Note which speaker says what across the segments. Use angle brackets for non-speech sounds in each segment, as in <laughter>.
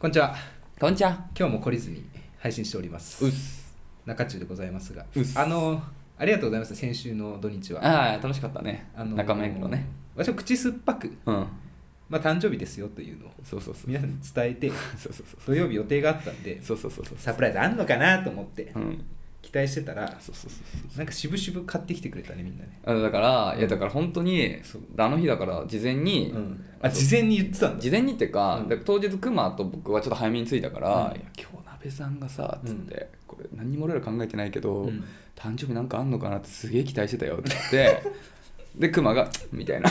Speaker 1: こんにちは。
Speaker 2: こんにちは。
Speaker 1: 今日も懲りずに配信しております。
Speaker 2: うっす。
Speaker 1: 中中でございますが
Speaker 2: うっ、す
Speaker 1: あの、ありがとうございました。先週の土日は。
Speaker 2: ああ、楽しかったね。
Speaker 1: あの
Speaker 2: 仲間やけどね。。
Speaker 1: 私は口酸っぱく、
Speaker 2: うん。
Speaker 1: まあ、誕生日ですよというのを
Speaker 2: そうそうそう。
Speaker 1: 皆さんに伝えて、
Speaker 2: <laughs> そうそうそう。
Speaker 1: 土曜日予定があったんで、
Speaker 2: そうそうそうそう。
Speaker 1: サプライズあんのかなと思って
Speaker 2: うん。
Speaker 1: 期待してたら、
Speaker 2: そうそうそうそう。
Speaker 1: なんか渋々買ってきてくれたね、みんなね。
Speaker 2: あのだから、いやだから本当に、そうあの日だから事前に、
Speaker 1: うん。あ、事前に言ってたんだ。
Speaker 2: 事前にっていうか、
Speaker 1: うん
Speaker 2: だから当日クマと僕はちょっと早めに着いたから、
Speaker 1: うん
Speaker 2: いや今日鍋さんがさ
Speaker 1: うん
Speaker 2: つって、これ何にも俺ら考えてないけど、
Speaker 1: うん
Speaker 2: 誕生日なんかあんのかなってすげえ期待してたよって言 <laughs> ってでクマが「みたいな、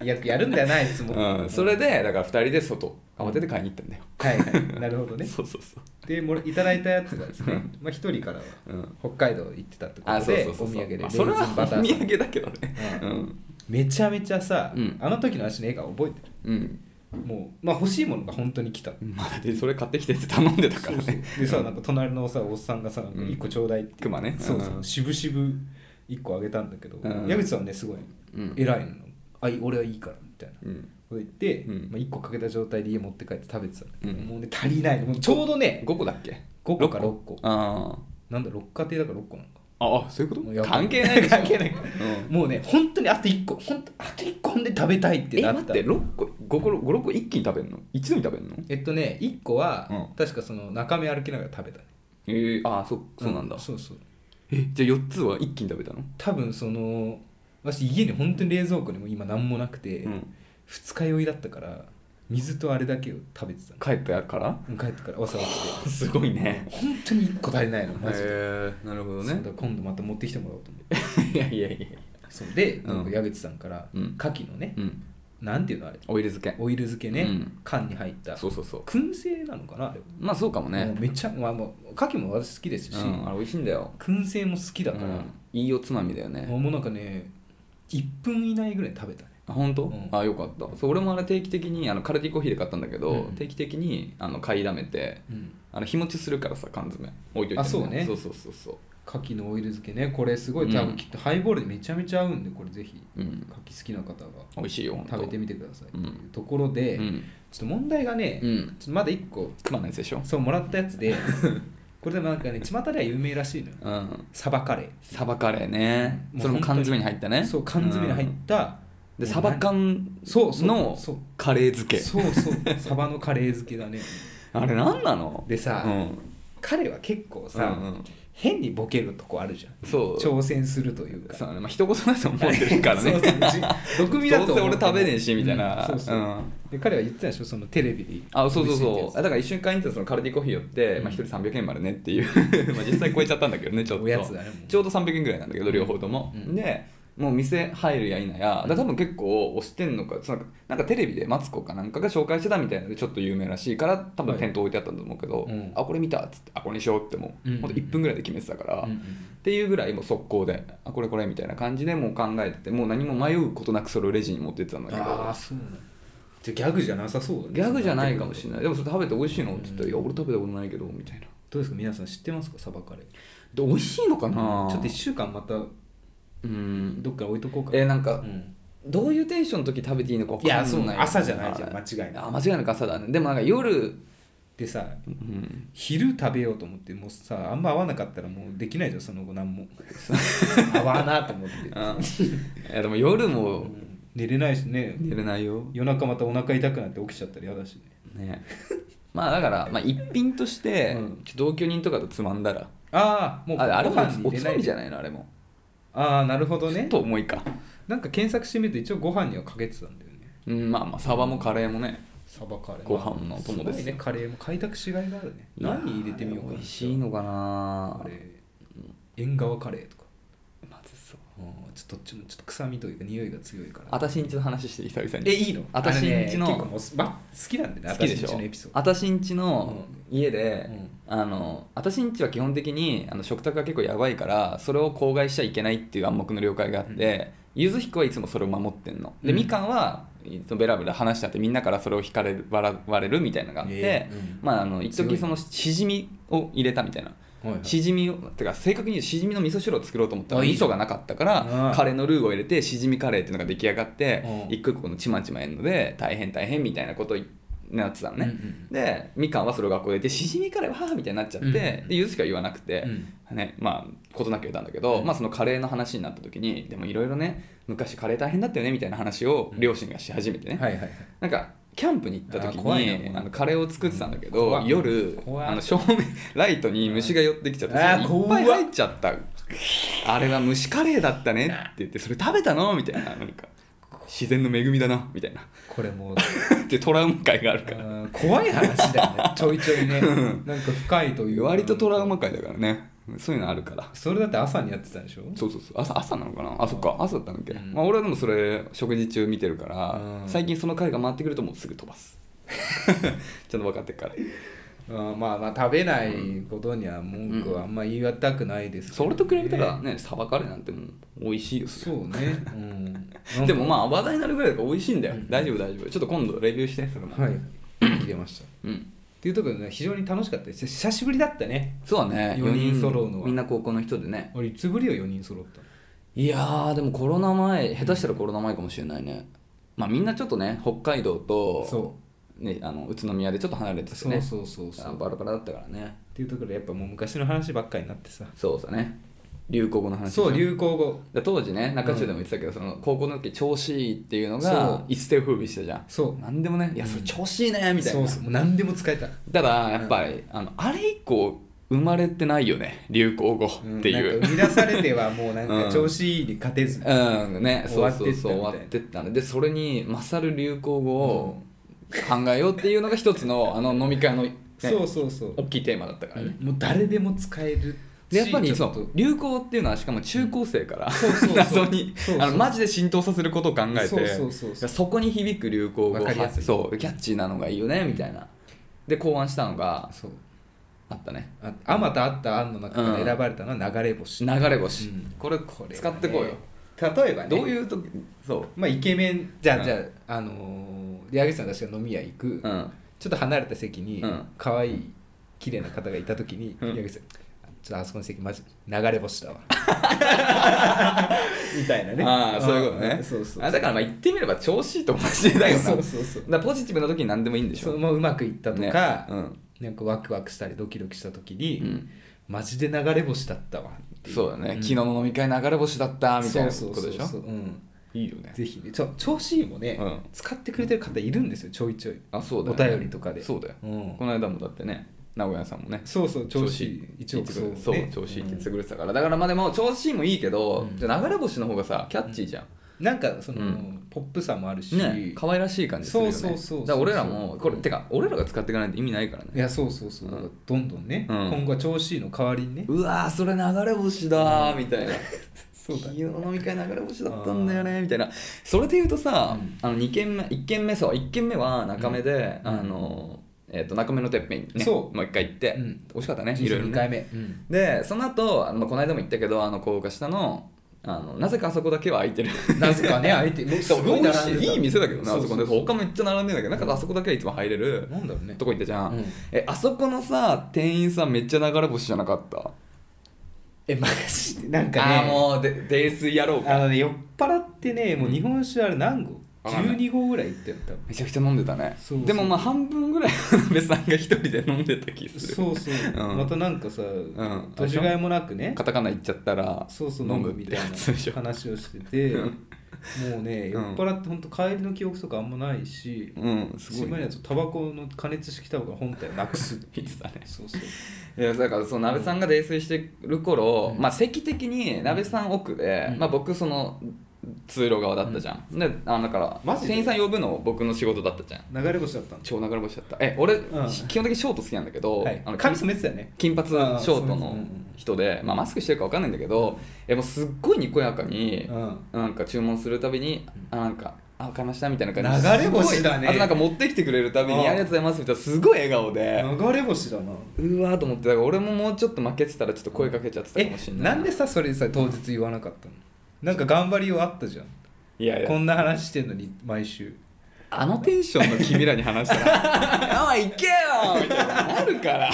Speaker 1: いややるんだよな、いつも。
Speaker 2: うん、それでだから2人で外慌てて買いに行ったんだよ、
Speaker 1: はいはい。なるほどね。
Speaker 2: <laughs> そうそうそう
Speaker 1: でもらいただいたやつがですね、まあ、一人からは
Speaker 2: うん
Speaker 1: 北海道行ってたってこ
Speaker 2: あ
Speaker 1: と
Speaker 2: そう
Speaker 1: で、
Speaker 2: そうそう
Speaker 1: お土産でレー
Speaker 2: まあ
Speaker 1: ズ
Speaker 2: それは
Speaker 1: ンバターサン
Speaker 2: お土
Speaker 1: ド
Speaker 2: 産だけどね
Speaker 1: う
Speaker 2: うん
Speaker 1: めちゃめちゃさ、
Speaker 2: うん
Speaker 1: あの時の足の笑顔覚えて
Speaker 2: うん
Speaker 1: るもう、まあ、欲しいものが本当に来た
Speaker 2: まあでそれ買ってきてって頼んでたからね
Speaker 1: でさなんか隣のさおっさんがさなんか
Speaker 2: うん
Speaker 1: 一個ちょうだいって、
Speaker 2: 熊ね
Speaker 1: そうそううん渋々一個あげたんだけど、
Speaker 2: うん
Speaker 1: 矢口さんはねすごい
Speaker 2: うん
Speaker 1: 偉いの、あい俺はいいからみたいな
Speaker 2: うん
Speaker 1: こと言って、
Speaker 2: うん
Speaker 1: まあ、1個かけた状態で家持って帰って食べてたんだけど、
Speaker 2: うん
Speaker 1: もうね足りないのもうちょうどね
Speaker 2: 5個だっけ
Speaker 1: 5個か
Speaker 2: 六
Speaker 1: 6個
Speaker 2: あ
Speaker 1: なんだ6家庭だから6個なのか
Speaker 2: あああそういうこ
Speaker 1: もう
Speaker 2: と
Speaker 1: やばい
Speaker 2: 関係
Speaker 1: <laughs>
Speaker 2: ないでしょ
Speaker 1: 関係ない
Speaker 2: うん
Speaker 1: もうね本当にあと1個本当あと1個ほんで食べたいって
Speaker 2: え
Speaker 1: な
Speaker 2: 待
Speaker 1: っ
Speaker 2: ったて6個5個56個一気に食べるの一度に食べるの
Speaker 1: えっとね1個は、
Speaker 2: うん
Speaker 1: 確かその中身歩きながら食べたね
Speaker 2: ええああそそうなんだ
Speaker 1: そうそう
Speaker 2: えじゃあ4つは一気に食べたの
Speaker 1: 多分その私家に本当に冷蔵庫にも今何もなくて、
Speaker 2: うん
Speaker 1: 二日酔いだったから水とあれだけを食べてたの
Speaker 2: 帰ったから <laughs>
Speaker 1: うん帰ってから朝起きて
Speaker 2: すごいね
Speaker 1: 本当に1個足りないのマジで、
Speaker 2: へえなるほど
Speaker 1: そうだ
Speaker 2: ね
Speaker 1: から今度また持ってきてもらおうと思って
Speaker 2: <laughs> いやいやいや
Speaker 1: そうで、
Speaker 2: ん
Speaker 1: なんか矢口さんから、
Speaker 2: うん
Speaker 1: 牡蠣のね、
Speaker 2: うん
Speaker 1: なんていうのあれ
Speaker 2: オイル漬け
Speaker 1: オイル漬けね、
Speaker 2: うん
Speaker 1: 缶に入った
Speaker 2: そうそうそう
Speaker 1: 燻製なのかなあれ
Speaker 2: まあそうかもね
Speaker 1: もうめっちゃ、まあ、もう牡蠣も私好きですし、
Speaker 2: うん、あれ美味しいんだよ
Speaker 1: 燻製も好きだから、
Speaker 2: うんいいおつまみだよね
Speaker 1: もうなんかね1分以内ぐらい食べたね
Speaker 2: あ本当、
Speaker 1: うん
Speaker 2: あよかったそう俺もあれ定期的にあのカルディコーヒーで買ったんだけど、
Speaker 1: うん
Speaker 2: 定期的にあの買いだめてあの日持ちするからさ缶詰置いといて、
Speaker 1: あそうね
Speaker 2: そうそうそうそう
Speaker 1: 牡蠣のオイル漬けねこれすごい多分きっとハイボールでめちゃめちゃ合うんでこれぜひ
Speaker 2: うん
Speaker 1: 牡蠣好きな方が
Speaker 2: 美味しいよほんと
Speaker 1: 食べてみてくださいと
Speaker 2: うん
Speaker 1: いうところで、
Speaker 2: う
Speaker 1: ちょ
Speaker 2: ん
Speaker 1: っと問題がね、
Speaker 2: うん
Speaker 1: ちょっとまだ1個
Speaker 2: 熊のやつでしょ
Speaker 1: そうもらったやつ
Speaker 2: <laughs>
Speaker 1: でこれでもなんかね巷では有名らしいのよ
Speaker 2: うん
Speaker 1: サバカレ
Speaker 2: サバカレーね
Speaker 1: もう
Speaker 2: それも缶詰に入った
Speaker 1: ー
Speaker 2: ね
Speaker 1: そう缶詰に入っ
Speaker 2: うん
Speaker 1: た、
Speaker 2: でサバ缶
Speaker 1: そうそう
Speaker 2: の
Speaker 1: そう
Speaker 2: カレー漬け
Speaker 1: そうそうサバのカレー漬けだね
Speaker 2: あれ何なの
Speaker 1: でさ
Speaker 2: うん
Speaker 1: 彼は結構さ、
Speaker 2: うんうん
Speaker 1: 変にボケるとこあるじゃん
Speaker 2: そう
Speaker 1: 挑戦するというか
Speaker 2: そうだねまあ一言だと思ってるからね
Speaker 1: そうそうじ
Speaker 2: <laughs>
Speaker 1: 毒味だと
Speaker 2: どうせ
Speaker 1: 思っ
Speaker 2: 俺
Speaker 1: て
Speaker 2: 食べねえしみたいな、
Speaker 1: うんそうそう
Speaker 2: うん
Speaker 1: で彼は言ってたでしょそのテレビで
Speaker 2: あそうそう
Speaker 1: 美味しい
Speaker 2: そ
Speaker 1: って
Speaker 2: うあだから一緒に買いに行ったそのカルディコーヒー寄って、まあ、1人300円までねっていう <laughs> まあ実際超えちゃったんだけどねちょっと
Speaker 1: おやつだねもう
Speaker 2: ちょうど300円ぐらいなんだけど両方とも、
Speaker 1: うん
Speaker 2: でもう店入るや否やだから多分結構押してんのかそのなんかテレビでマツコかなんかが紹介してたみたいなのでちょっと有名らしいから多分店頭置いてあったんだと思うけど、
Speaker 1: はいうん
Speaker 2: あこれ見たっつってあこれにしようってもう、
Speaker 1: うん
Speaker 2: ほんと1分ぐらいで決めてたから、
Speaker 1: うんうん
Speaker 2: っていうぐらいもう速攻であこれこれみたいな感じでもう考えててもう何も迷うことなくそれをレジに持ってってたんだけど
Speaker 1: ああそうなのじゃあギャグじゃなさそうだね
Speaker 2: ギャグじゃないかもし
Speaker 1: ない
Speaker 2: れないでもそれ食べて美味しいのって言ったら「いや俺食べたことないけど」みたいな
Speaker 1: どうですか皆さん知ってますかサバカレー
Speaker 2: で美味しいのかな
Speaker 1: ちょっと1週間また
Speaker 2: うん
Speaker 1: どっか置いとこうか
Speaker 2: えなんか、
Speaker 1: うん
Speaker 2: どういうテンションの時食べていいのか分
Speaker 1: い
Speaker 2: かん
Speaker 1: や
Speaker 2: ない
Speaker 1: そう朝じゃないじゃん間違いない
Speaker 2: あ間違いなく朝だねでもなんか夜
Speaker 1: でさ
Speaker 2: <laughs> うん
Speaker 1: 昼食べようと思ってもうさあんま合わなかったらもうできないじゃんその後
Speaker 2: <laughs>
Speaker 1: 何も合わなと思って
Speaker 2: あいやでも夜も
Speaker 1: 寝れないしね
Speaker 2: 寝れないよ
Speaker 1: 夜中またお腹痛くなって起きちゃったら嫌だしね
Speaker 2: ねまあだから、まあ、一品として、
Speaker 1: うん
Speaker 2: 同居人とかとつまんだら
Speaker 1: ああもう
Speaker 2: ああれも
Speaker 1: ご飯に
Speaker 2: お
Speaker 1: 入れ
Speaker 2: つ
Speaker 1: な
Speaker 2: ま
Speaker 1: い
Speaker 2: みじゃ
Speaker 1: ん
Speaker 2: ないのあれも
Speaker 1: ああなるほど
Speaker 2: ちょ
Speaker 1: ね
Speaker 2: っと重いか
Speaker 1: なんか検索してみると一応ご飯にはかけてたんだよね
Speaker 2: うんまあまあサバもカレーもね
Speaker 1: サバカレー
Speaker 2: ご飯のお
Speaker 1: す
Speaker 2: 供
Speaker 1: ご
Speaker 2: です
Speaker 1: いねカレーも開拓しがいがあるね何入れてみようかな
Speaker 2: いや美味しいのかな
Speaker 1: カレー縁側カレーとか
Speaker 2: まずそう
Speaker 1: うんちょっとどっちもちょっと臭みというか匂いが強いから
Speaker 2: 私んちの話して久々に
Speaker 1: えいいの
Speaker 2: 私んちの
Speaker 1: あれね結構もうす、ま、好きなんでね
Speaker 2: 好きでし
Speaker 1: 私んち
Speaker 2: ょ
Speaker 1: のエピソード
Speaker 2: 私んちの家で、
Speaker 1: うん
Speaker 2: あの私んちは基本的にあの食卓が結構やばいからそれを口外しちゃいけないっていう暗黙の了解があって、ゆずひこはいつもそれを守ってんので、
Speaker 1: うん
Speaker 2: みかんはいつもベラベラ話し合ってみんなからそれを引かれる笑われるみたいなのがあって、
Speaker 1: ええうん
Speaker 2: まああの一
Speaker 1: 強い
Speaker 2: 時そのしじみを入れたみたいな
Speaker 1: はいはい
Speaker 2: しじみをてか正確に言うとしじみの味噌汁を作ろうと思ったら
Speaker 1: あいい
Speaker 2: 味
Speaker 1: じゃ
Speaker 2: 噌
Speaker 1: ん
Speaker 2: がなかったから
Speaker 1: うん
Speaker 2: カレーのルーを入れてしじみカレーっていうのが出来上がって
Speaker 1: うん
Speaker 2: 一個一個のちまちまやるので大変大変みたいなことをなってたの
Speaker 1: うんう
Speaker 2: ね、
Speaker 1: ん
Speaker 2: でみかんはそれを学校で言ってしじみカレーははみたいになっちゃって、
Speaker 1: うん
Speaker 2: でゆずしか言わなくて、
Speaker 1: うん
Speaker 2: ねまあ事なきを得たんだけど、
Speaker 1: うん
Speaker 2: まあ、そのカレーの話になった時にでもいろいろね昔カレー大変だったよねみたいな話を両親がし始めてね、
Speaker 1: はいはいはい
Speaker 2: なんかキャンプに行った時
Speaker 1: あー怖いな
Speaker 2: に
Speaker 1: もう
Speaker 2: あのカレーを作ってたんだけ
Speaker 1: うん
Speaker 2: ど
Speaker 1: 怖い
Speaker 2: 夜
Speaker 1: 怖い
Speaker 2: あの照明ライトに虫が寄ってきちゃって
Speaker 1: あー
Speaker 2: それいっぱい
Speaker 1: 怖っ
Speaker 2: 入っちゃったあれは虫カレーだったねって言ってそれ食べたのみたいななんか自然の恵みだなみたいな <laughs>
Speaker 1: これもう
Speaker 2: ってトラウマ会があるから
Speaker 1: あー怖い話だよねちょいちょいねなんか深いというか
Speaker 2: 割とトラウマ会だからねそういうのあるから
Speaker 1: それだって朝にやってたんでしょ
Speaker 2: そうそうそう朝朝なのかなあそっか朝だったんだっけ、
Speaker 1: うん
Speaker 2: まあ、俺はでもそれ食事中見てるから、
Speaker 1: うん
Speaker 2: 最近その回が回ってくるともうすぐ飛ばす <laughs> ちゃんと分かってるから
Speaker 1: うんまあまあ食べないことには文句はあんま言いたくないですけど
Speaker 2: それと比べたらねサバカレーなんてもう美味しいよ
Speaker 1: そうね、うん、なんか
Speaker 2: でもまあ話題になるぐらいだから美味しいんだよ、
Speaker 1: うん
Speaker 2: 大丈夫大丈夫ちょっと今度レビューしてそれも、
Speaker 1: はい切れましたっ
Speaker 2: うん、
Speaker 1: ていうところでね非常に楽しかったです久しぶりだったね
Speaker 2: そうだね
Speaker 1: 四人揃うのは
Speaker 2: みんな高校の人でね
Speaker 1: 俺いつぶりよ4人揃ったの
Speaker 2: いやーでもコロナ前下手したらコロナ前かもしれないねまあみんなちょっとね北海道と、
Speaker 1: そ
Speaker 2: ね、あの宇都宮でちょっと離れてて
Speaker 1: そう
Speaker 2: ね
Speaker 1: そうそうそう
Speaker 2: あバラバラだったからね
Speaker 1: っていうところでやっぱもう昔の話ばっかりになってさ
Speaker 2: そうだね流行語の話でしょ
Speaker 1: そう流行語
Speaker 2: だ当時ね中中でも言ってたけど、その高校の時調子いいっていうの
Speaker 1: そ
Speaker 2: が
Speaker 1: う
Speaker 2: 一世を風靡したじゃん
Speaker 1: そう
Speaker 2: なんでもねいやそれ調子いいねみたいな、
Speaker 1: そうそうもう何でも使えた
Speaker 2: ただやっぱり、あのあれ以降生まれてないよね流行語っていう、
Speaker 1: んなん
Speaker 2: う
Speaker 1: か生み出されてはもうなん
Speaker 2: うん
Speaker 1: か調子いいに勝てず、
Speaker 2: ん、
Speaker 1: <laughs>
Speaker 2: ね
Speaker 1: 終
Speaker 2: そう
Speaker 1: わって
Speaker 2: そ
Speaker 1: ったみたいな
Speaker 2: うそう終わってったんででそれに勝る流行語を考えようっていうのが一つのあ <laughs> の飲み会の、ね、
Speaker 1: そうそうそう、
Speaker 2: 大きいテーマだったからね、
Speaker 1: もう誰でも使える
Speaker 2: でやっぱり
Speaker 1: しち
Speaker 2: そ
Speaker 1: ょと
Speaker 2: う流行っていうのはしかも中高生から、
Speaker 1: そうそうそう
Speaker 2: <laughs> 謎に
Speaker 1: そうそう
Speaker 2: あのマジで浸透させることを考えて
Speaker 1: そうそうそうそう
Speaker 2: こに響く流行語
Speaker 1: わかりやすい
Speaker 2: そうキャッチーなのがいいよねみたいなで考案したのが
Speaker 1: そう
Speaker 2: あったね
Speaker 1: ああまたあった案の中から選ばれたのは流れ星、
Speaker 2: 流れ星、
Speaker 1: うん
Speaker 2: これ
Speaker 1: これはね
Speaker 2: 使ってこうよ、
Speaker 1: 例えばね
Speaker 2: どういう時そう
Speaker 1: まあイケメンじゃあ、
Speaker 2: うん
Speaker 1: じゃああのー、矢口さんたちが飲み屋行く、
Speaker 2: うん
Speaker 1: ちょっと離れた席に
Speaker 2: うん
Speaker 1: 可愛い綺麗な方がいた時に、
Speaker 2: うん
Speaker 1: 矢口さんちょっとあそこの席マジ流れ星だ
Speaker 2: <laughs>
Speaker 1: わみたいなね
Speaker 2: ああそういうことね
Speaker 1: んそうそう
Speaker 2: あだからまあ言ってみれば調子いいと同じだよな
Speaker 1: そうそうそう
Speaker 2: だからポジティブな時に何でもいいんでし
Speaker 1: そ
Speaker 2: ょ
Speaker 1: うもううまくいったと
Speaker 2: ね
Speaker 1: か、
Speaker 2: うん
Speaker 1: なんかワクワクしたりドキドキした時
Speaker 2: う
Speaker 1: に、
Speaker 2: ん
Speaker 1: マジで流れ星だったわってい
Speaker 2: そうだね、
Speaker 1: ん
Speaker 2: 昨日の飲み会流れ星だったみたいな
Speaker 1: そう
Speaker 2: こ
Speaker 1: そ
Speaker 2: と
Speaker 1: うそ
Speaker 2: で
Speaker 1: う
Speaker 2: し
Speaker 1: そう
Speaker 2: ょ
Speaker 1: うん
Speaker 2: いいよね
Speaker 1: ぜひねちょ調子いいもね、
Speaker 2: うん
Speaker 1: 使ってくれてる方いるんですよちょいちょい
Speaker 2: あそうだ
Speaker 1: お
Speaker 2: よね
Speaker 1: 便りとかで
Speaker 2: そうだよ、
Speaker 1: うん
Speaker 2: この間もだってね名古屋さんもね
Speaker 1: そうそう調子いい一
Speaker 2: 一
Speaker 1: 応
Speaker 2: 億そう,、
Speaker 1: ね
Speaker 2: 調子いいって言ってくれてたから、だからまあでも調子いいもいいけど、
Speaker 1: うん
Speaker 2: じゃあ流れ星の方がさキャッチーじゃん、
Speaker 1: なんかその、
Speaker 2: うん
Speaker 1: ポップさもあるし、
Speaker 2: ね可愛らしい感じするよね
Speaker 1: そうそうそうそう
Speaker 2: だから俺らもこれてか俺らが使っていかないと意味ないから
Speaker 1: い
Speaker 2: ね
Speaker 1: やそうそうそう、
Speaker 2: うん
Speaker 1: どんどんね、
Speaker 2: うん
Speaker 1: 今後は調子いいの代わりにね、
Speaker 2: うわーそれ流れ星だーみたいな
Speaker 1: <laughs> そうだ
Speaker 2: 昨日の飲み会流れ星だったんだよねみたいなそれで言うとさ、
Speaker 1: うん
Speaker 2: あの2軒目1軒目そう1軒目は中目で、
Speaker 1: うん
Speaker 2: あのえっ、と中目のてっぺんにね
Speaker 1: そう
Speaker 2: もう一回行って、
Speaker 1: うん
Speaker 2: 美味しかったねい
Speaker 1: 人
Speaker 2: ろ
Speaker 1: 生
Speaker 2: いろ
Speaker 1: 2
Speaker 2: ね
Speaker 1: 回目、うん
Speaker 2: でその後あのこの間も言ったけどあの高架下のあのなぜかあそこだけは空いてる
Speaker 1: なぜか
Speaker 2: <laughs>
Speaker 1: ね相手もうすごい並んでた
Speaker 2: いい店だけどなあそこね
Speaker 1: そうそう
Speaker 2: 他めっちゃ並んでんだけどなんかあそこだけはいつも入れる
Speaker 1: なんだろうね
Speaker 2: とこ行ったじゃん、
Speaker 1: うん
Speaker 2: えあそこのさ店員さんめっちゃ流れ星じゃなかった
Speaker 1: えマジでなんかね
Speaker 2: ああもうで泥酔やろうか
Speaker 1: あのね酔っ払ってねもう日本酒あれ何合、
Speaker 2: わかんない
Speaker 1: 12合ぐらいいってん多分
Speaker 2: めちゃくちゃ飲んでたね
Speaker 1: そうそう
Speaker 2: でもまあ半分ぐらい花部さんが一人で飲んでた気する
Speaker 1: そうそう、
Speaker 2: うん
Speaker 1: またなんかさ、
Speaker 2: ん
Speaker 1: 年がいもなくね
Speaker 2: カタカナ言っちゃったら
Speaker 1: そうそう飲むみたい
Speaker 2: 飲むってやつでし
Speaker 1: な <laughs>
Speaker 2: ょ
Speaker 1: 話をしてて
Speaker 2: う
Speaker 1: も
Speaker 2: ん
Speaker 1: うね
Speaker 2: う
Speaker 1: 酔っ
Speaker 2: ん
Speaker 1: 払って本当帰りの記憶とかあんまないし
Speaker 2: うんす
Speaker 1: し
Speaker 2: ごい
Speaker 1: まい
Speaker 2: ね
Speaker 1: にはタバコの加熱式タバコの本体をなく <laughs> す
Speaker 2: 言ってたね
Speaker 1: そうそう
Speaker 2: いやだからその鍋さんが泥酔してる頃、
Speaker 1: うん
Speaker 2: まあ席的に鍋さん奥で、
Speaker 1: うん
Speaker 2: まあ僕その通路側だったじゃん、であだから
Speaker 1: マジで
Speaker 2: 店員さん呼ぶの僕の仕事だったじゃん
Speaker 1: 流れ星だったんだ
Speaker 2: 超流れ星だったえ俺、
Speaker 1: うん
Speaker 2: 基本的にショート好きなんだけど、
Speaker 1: はい
Speaker 2: あの
Speaker 1: 髪染めてたよね
Speaker 2: 金髪ショート
Speaker 1: あーそうです
Speaker 2: の
Speaker 1: うんうん
Speaker 2: 人で、まあ、マスクしてるか分かんないんだけどえもうすっごいにこやかに
Speaker 1: う、ん
Speaker 2: なんか注文するたびにあなんかあ分かりましたみたいな感じ
Speaker 1: 流れ星だね
Speaker 2: すごいあとなんか持ってきてくれるたびに
Speaker 1: うん
Speaker 2: ありがとうございますみたいなすごい笑顔で、
Speaker 1: 流れ星だな
Speaker 2: うわーと思ってだから俺ももうちょっと負けてたらちょっと声かけちゃってたか
Speaker 1: え
Speaker 2: もしれない
Speaker 1: なんでさそれさ当日言わなかったのなんか頑張りようあったじゃん
Speaker 2: いやい
Speaker 1: こ
Speaker 2: や
Speaker 1: んな話してんのに毎週 <laughs>
Speaker 2: あのテンションの君らに話したら「あいけよ!」みたいな「なるから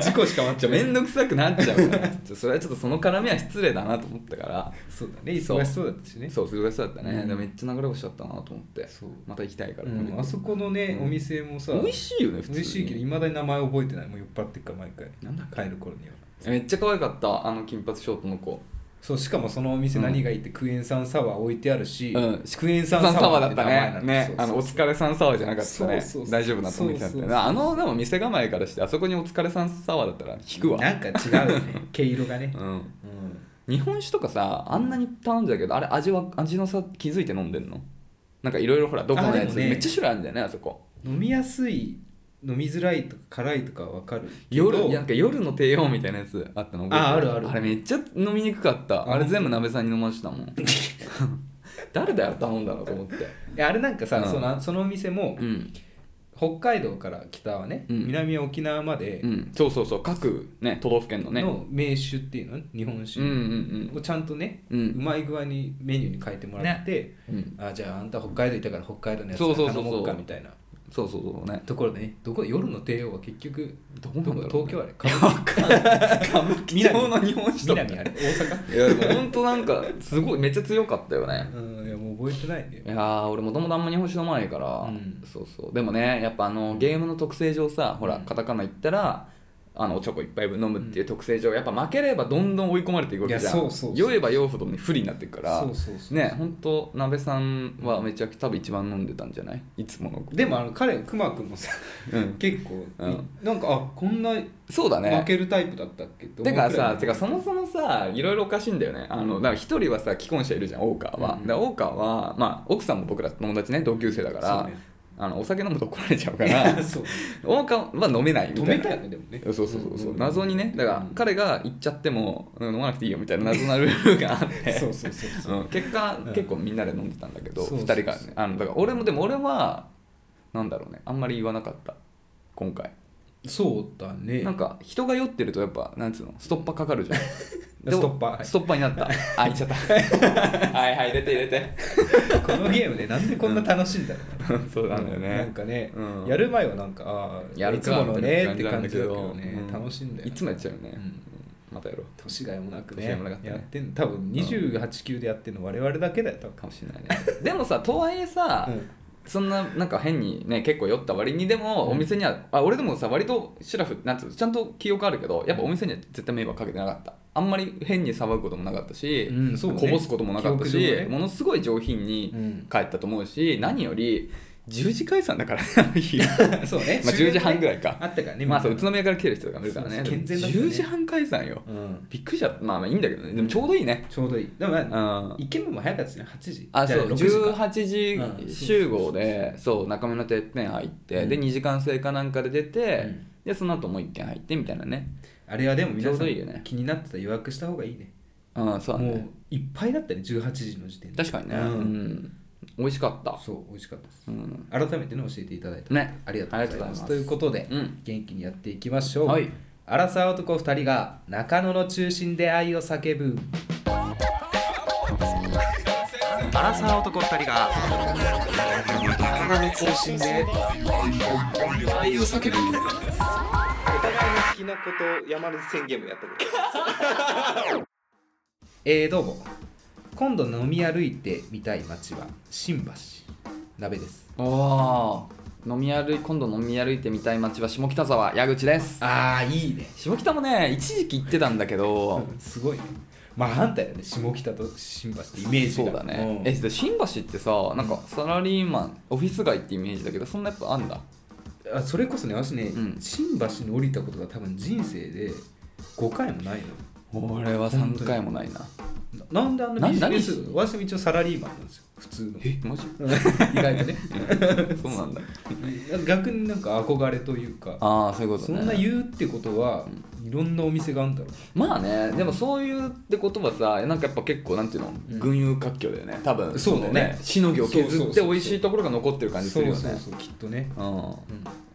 Speaker 1: 事故しか待っちゃう
Speaker 2: 面倒くさくなっちゃうからちょそれはちょっとその絡みは失礼だなと思ったから
Speaker 1: そうだね忙しそうだったしね
Speaker 2: そう忙しそうだったね、
Speaker 1: うん
Speaker 2: でもめっちゃ流れ星だったなと思って
Speaker 1: そう
Speaker 2: また行きたいから、
Speaker 1: うんあそこのね
Speaker 2: うん
Speaker 1: お店もさ
Speaker 2: 美味しいよね普通に
Speaker 1: 美味しいけどいまだに名前覚えてないもう酔っ払ってっから毎回
Speaker 2: なんだっけ
Speaker 1: 帰る頃には
Speaker 2: めっちゃ可愛かったあの金髪ショートの子
Speaker 1: そうしかもそのお店何がいいってクエン酸サワー置いてあるし、
Speaker 2: うん
Speaker 1: クエン
Speaker 2: サ
Speaker 1: 酸
Speaker 2: ンサ
Speaker 1: サ
Speaker 2: ワ
Speaker 1: ワ
Speaker 2: ー
Speaker 1: ー
Speaker 2: だ
Speaker 1: っ
Speaker 2: ってた
Speaker 1: 名
Speaker 2: ね
Speaker 1: 前なん
Speaker 2: ねあのお疲れサンサワーじゃなかったね
Speaker 1: そうそうそう
Speaker 2: 大丈夫なと思ってたん
Speaker 1: そう
Speaker 2: だよね
Speaker 1: そうそう
Speaker 2: あのでも店構えからしてあそこにお疲れサンサワーだったら引くわ
Speaker 1: なんか違うよね
Speaker 2: <laughs>
Speaker 1: 毛色がね、
Speaker 2: うん
Speaker 1: うん
Speaker 2: 日本酒とかさあんなに頼んじゃうけどあれ味は味の差気づいて飲んでんのなんかいろいろほらどこのや
Speaker 1: あでも
Speaker 2: つ、
Speaker 1: ね
Speaker 2: めっちゃ種類あるんだよねあそこ
Speaker 1: 飲みやすい飲みづらいとか辛いとかは分かるけど
Speaker 2: 夜なんか夜の帝王みたいなやつあったの覚えて
Speaker 1: ああるある
Speaker 2: あれめっちゃ飲みにくかったあれ全部鍋さんに飲ましたもん <laughs> 誰だよ頼んだのと思って
Speaker 1: いやあれなんかさ、
Speaker 2: うん
Speaker 1: そのそのお店も
Speaker 2: うん、
Speaker 1: 北海道から北はね、
Speaker 2: うん
Speaker 1: 南は沖縄まで
Speaker 2: うん、そうそうそう各ね都道府県のね
Speaker 1: の名酒っていうの、日本
Speaker 2: うんうん
Speaker 1: 酒をちゃんとね、
Speaker 2: うんう
Speaker 1: うんまい具合にメニューに変えてもらって、
Speaker 2: うん
Speaker 1: あじゃああんた北海道いたから北海道のやつ
Speaker 2: そうそうそうそ
Speaker 1: 頼
Speaker 2: う
Speaker 1: もうかみたいな
Speaker 2: そうそうそうね
Speaker 1: ところでねどこ夜の帝王は結局
Speaker 2: ど
Speaker 1: どこ東京あ
Speaker 2: れ
Speaker 1: れか
Speaker 2: 歌舞伎町の日本酒とか
Speaker 1: 南あれ大阪
Speaker 2: いやでも本当なんかすごいめっちゃ強かったよね
Speaker 1: <laughs> うんいやもう覚えてないね
Speaker 2: いやー俺もともとあんま日本酒飲まないから、
Speaker 1: うん
Speaker 2: そうそうでもねやっぱあのゲームの特性上さほらカタカナ言ったらあのおチョコいっぱい分飲むっていう特性上やっぱ負ければどんどん追い込まれていくわけじゃん
Speaker 1: いやそうそうそう
Speaker 2: 酔えば酔うほど、ね、不利になっていくから
Speaker 1: そうそうそう
Speaker 2: ね本当鍋さんはめちゃくちゃ多分一番飲んでたんじゃないいつもの、
Speaker 1: でもあの彼くまくんもさ
Speaker 2: うん、
Speaker 1: 結構、
Speaker 2: うん
Speaker 1: なんかあこんな負
Speaker 2: そうだね
Speaker 1: けるタイプだったっけって
Speaker 2: て
Speaker 1: 思
Speaker 2: か
Speaker 1: うくらい
Speaker 2: さてかそもそもさいろいろおかしいんだよねあのだから一人はさ既婚者いるじゃん大川は、
Speaker 1: うん
Speaker 2: で大川は、まあ、奥さんも僕ら友達ね同級生だから、
Speaker 1: そうね
Speaker 2: あのお酒飲むと怒られちゃうか
Speaker 1: <laughs>
Speaker 2: ら
Speaker 1: そう
Speaker 2: 大川は飲めないみ
Speaker 1: 止
Speaker 2: た
Speaker 1: め
Speaker 2: いな
Speaker 1: たよねでもね
Speaker 2: そうそうそうそう、
Speaker 1: ん
Speaker 2: 謎にねだから
Speaker 1: うん
Speaker 2: 彼が行っちゃっても飲まなくていいよみたいな謎なルールがあって
Speaker 1: そうそうそうそう
Speaker 2: うん結果、
Speaker 1: うん
Speaker 2: 結構みんなで飲んでたんだけど
Speaker 1: そう
Speaker 2: 二
Speaker 1: そうそう
Speaker 2: 人がねあのだから俺もでも俺はなんだろうねあんまり言わなかった今回
Speaker 1: そうだね
Speaker 2: なんか人が酔ってるとやっぱなんつうのストッパーかか
Speaker 1: <laughs>
Speaker 2: るじゃんでも
Speaker 1: ストッパーはい
Speaker 2: ストッパーに
Speaker 1: <laughs>
Speaker 2: なったあいっちゃった <laughs> はいはい入れて入れて
Speaker 1: このゲームね <laughs> なんでこんな楽しいんだろうな
Speaker 2: そうなんだよ
Speaker 1: な
Speaker 2: ね
Speaker 1: んかね、
Speaker 2: うん
Speaker 1: やる前はなんかあー
Speaker 2: やる
Speaker 1: いつ
Speaker 2: か
Speaker 1: ものねって感
Speaker 2: み
Speaker 1: じだ
Speaker 2: た
Speaker 1: けど
Speaker 2: いな感じだけ
Speaker 1: ね、
Speaker 2: どうん
Speaker 1: 楽しいんだよ
Speaker 2: いつもやっちゃうよね、
Speaker 1: うん
Speaker 2: またやろう
Speaker 1: 年がいもなくね
Speaker 2: 年がいもなかったね
Speaker 1: やってん多分28級でやってんの我々だけだよ多分
Speaker 2: かもしれないねでもさとはいえさ、
Speaker 1: うん
Speaker 2: そんななんか変にね結構酔った割にでも
Speaker 1: うん
Speaker 2: お店には、あ俺でもさ割とシラフなんつうのちゃんと記憶あるけどやっぱお店には絶対迷惑かけてなかったあんまり変に騒ぐこともなかったし、
Speaker 1: うんそうね
Speaker 2: こぼすこともなかったし、
Speaker 1: 記憶上ね
Speaker 2: ものすごい上品に
Speaker 1: うん <laughs>
Speaker 2: 帰ったと思うし、何より10時解散だからねあの日ま
Speaker 1: そうね
Speaker 2: あ10時半ぐらいか
Speaker 1: あったからね
Speaker 2: まあそう宇
Speaker 1: の
Speaker 2: 都宮から来てる人とかもいるからね
Speaker 1: そうそう健全だったね
Speaker 2: 10時半解散よ
Speaker 1: うん
Speaker 2: びっくりしちゃったまあまあいいんだけどねでもちょうどいいね
Speaker 1: ちょうどいいでも
Speaker 2: う
Speaker 1: まあ
Speaker 2: ん
Speaker 1: 一軒目も早かったですね8時
Speaker 2: あ
Speaker 1: じ
Speaker 2: そ
Speaker 1: ゃ
Speaker 2: う
Speaker 1: 6時か
Speaker 2: 18時集合
Speaker 1: う
Speaker 2: でそう中村てっぺん入って、
Speaker 1: うん
Speaker 2: で2時間制かなんかで出て、
Speaker 1: うん
Speaker 2: でその後もう1軒入ってみたいなね
Speaker 1: あれはでも皆
Speaker 2: ちょ
Speaker 1: さ
Speaker 2: うどいいよね
Speaker 1: ん気になってたら予約した方がいいね
Speaker 2: うんそうだ
Speaker 1: も
Speaker 2: ね
Speaker 1: ういっぱいだったね18時の時点で
Speaker 2: 確かにね、う
Speaker 1: うんん
Speaker 2: 美味しかった
Speaker 1: そう美味しかったです
Speaker 2: うん、
Speaker 1: 改めてね教えていただいた
Speaker 2: ね
Speaker 1: ありがとうございますということで、
Speaker 2: うん
Speaker 1: 元気にやっていきましょう、
Speaker 2: はい
Speaker 1: アラサー男2人が中野の中心で愛を叫ぶ
Speaker 2: アラサー男2人が
Speaker 1: 中野の中心で愛を叫ぶお互いの好きなこと山根宣言もやったことえー、どうも今度飲み歩いてみたい街は新橋鍋です
Speaker 2: おー飲み歩い今度飲み歩いてみたい街は下北沢矢口です
Speaker 1: ああいいね
Speaker 2: 下北もね一時期行ってたんだけど
Speaker 1: すごいねまあ反対だね下北と新橋ってイメージ
Speaker 2: そ
Speaker 1: が
Speaker 2: うだね、
Speaker 1: ん
Speaker 2: えで新橋ってさなんかサラリーマンオフィス街ってイメージだけどそんなやっぱあんだ
Speaker 1: あそれこそね私ね、
Speaker 2: うん
Speaker 1: 新橋に降りたことが多分人生で5回もないの
Speaker 2: 俺は
Speaker 1: 本当
Speaker 2: 3
Speaker 1: に
Speaker 2: 回もないな
Speaker 1: ななんであんな
Speaker 2: な
Speaker 1: ビジネス
Speaker 2: 何してんの
Speaker 1: 私も一応サラリーマンなんですよ普通の
Speaker 2: え
Speaker 1: <laughs>
Speaker 2: マジ
Speaker 1: 意外とね
Speaker 2: そうなんだ
Speaker 1: 逆になんか憧れというか
Speaker 2: ああそういうこと
Speaker 1: そ
Speaker 2: ね
Speaker 1: んな言うってことは、いろんなお店があるんだろう
Speaker 2: まあねでもそういうってことはさなんかやっぱ結構なんていうの、
Speaker 1: うん
Speaker 2: 群雄割拠だよね多分
Speaker 1: そうだよね
Speaker 2: のしのぎを
Speaker 1: そうそう
Speaker 2: 削っ
Speaker 1: そ
Speaker 2: て
Speaker 1: うそう
Speaker 2: 美味しいところが残ってる感じす
Speaker 1: そう
Speaker 2: るよね
Speaker 1: そうそうきっとね、
Speaker 2: うん
Speaker 1: うん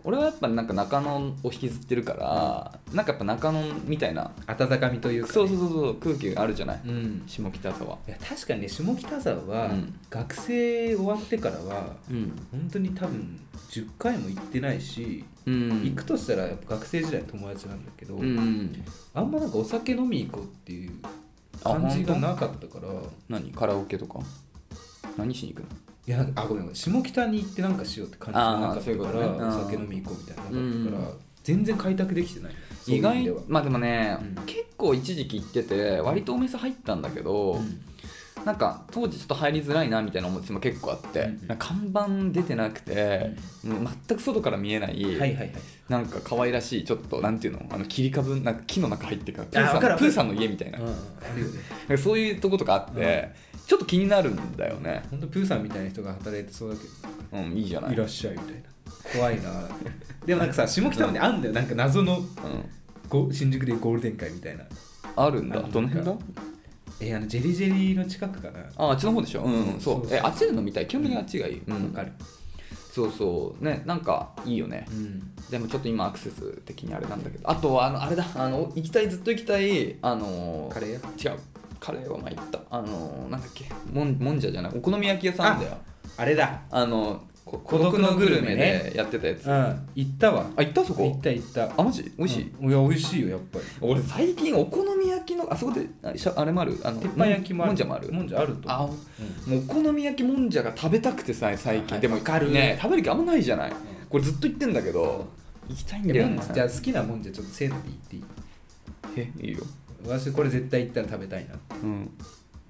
Speaker 2: 俺はやっぱなんか中野を引きずってるから、なんかやっぱ中野みたいな
Speaker 1: 温かみというか、ね、
Speaker 2: そうそうそうそう空気があるじゃない、
Speaker 1: うん
Speaker 2: 下北沢
Speaker 1: いや確かにね下北沢は、
Speaker 2: うん
Speaker 1: 学生終わってからは
Speaker 2: うん、
Speaker 1: 本当に多分10回も行ってないし、
Speaker 2: うん、
Speaker 1: 行くとしたらやっぱ学生時代の友達なんだけど、
Speaker 2: うんうん
Speaker 1: あんまなんかお酒飲み行こうっていう
Speaker 2: あ
Speaker 1: 感じがなかったから
Speaker 2: 何カラオケとか何しに行くの
Speaker 1: いやなんかあごめんごめん下北に行ってなんかしようって感じがなかった
Speaker 2: あーそういうこ
Speaker 1: か
Speaker 2: とね
Speaker 1: ら
Speaker 2: うん
Speaker 1: お酒飲み行こうみたいなのがあったから、
Speaker 2: う
Speaker 1: 全然開拓できてない
Speaker 2: 意外
Speaker 1: そういう意味では
Speaker 2: まあでもね、
Speaker 1: うん
Speaker 2: 結構一時期行ってて割とお店入ったんだけど、なんか当時ちょっと入りづらいなみたいな思いも結構あって、
Speaker 1: うん
Speaker 2: なんか看板出てなくて、もう全く外から見えない、
Speaker 1: うんはいはいはい
Speaker 2: なんか可愛らしいちょっとなんていうのあの切り株なんか木の中入ってからプー
Speaker 1: あ
Speaker 2: さ
Speaker 1: わ
Speaker 2: ん
Speaker 1: かるわかる
Speaker 2: プーさんの家みたいな,、
Speaker 1: うんうんあるよね
Speaker 2: なんかそういうとことかあって、ちょっと気になるんだよね、
Speaker 1: 本当プーさんみたいな人が働いてそうだけ
Speaker 2: うん、いいじゃな
Speaker 1: ど
Speaker 2: い
Speaker 1: いらっしゃいみたいな怖いなでもなんかさ下北まであんだよなんか謎の
Speaker 2: うん、
Speaker 1: ゴ新宿でゴールデン街みたいな
Speaker 2: あるんだ
Speaker 1: あるんだ
Speaker 2: どの辺だ
Speaker 1: えーあのジェリジェリの近くかな
Speaker 2: ああっちの方でしょうん、うん、
Speaker 1: そ
Speaker 2: そう
Speaker 1: うそう
Speaker 2: えあっちで飲みたい基本的にあっちがいい、う
Speaker 1: わ
Speaker 2: ん、
Speaker 1: かる
Speaker 2: そうそうねなんかいいよね
Speaker 1: うん
Speaker 2: でもちょっと今アクセス的にあれなんだけどあとはあのあれだあの行きたいずっと行きたいあの
Speaker 1: カレー屋
Speaker 2: 違うカレーは前行ったあのなんだっけもんもんじゃじゃないお好み焼き屋さんだよ
Speaker 1: あれだ
Speaker 2: あのこ孤
Speaker 1: 孤
Speaker 2: 独
Speaker 1: 独
Speaker 2: の
Speaker 1: の
Speaker 2: グ
Speaker 1: グ
Speaker 2: ル
Speaker 1: ル
Speaker 2: メ
Speaker 1: メね
Speaker 2: でやってたやつ、
Speaker 1: うん行ったわ
Speaker 2: あ行ったそ
Speaker 1: 行
Speaker 2: こ
Speaker 1: った行った
Speaker 2: あマジ美味しい、
Speaker 1: うんいや美味しいよやっぱり
Speaker 2: 俺最近お好み焼きのあそこであしゃあれもあるあの
Speaker 1: 鉄板焼きもある
Speaker 2: もんじゃもある
Speaker 1: もんじゃあると
Speaker 2: あ
Speaker 1: 思ううん
Speaker 2: もうお好み焼きもんじゃが食べたくてさ最近、
Speaker 1: はい
Speaker 2: でも
Speaker 1: わかる
Speaker 2: ね食べる気あんまないじゃない、これずっと言ってんだけど行きたいんだよ
Speaker 1: もん
Speaker 2: ね
Speaker 1: じゃ好きなもんじゃちょっとせんで言っていい
Speaker 2: えいいよ
Speaker 1: 私これ絶対行ったら食べたいなって
Speaker 2: うん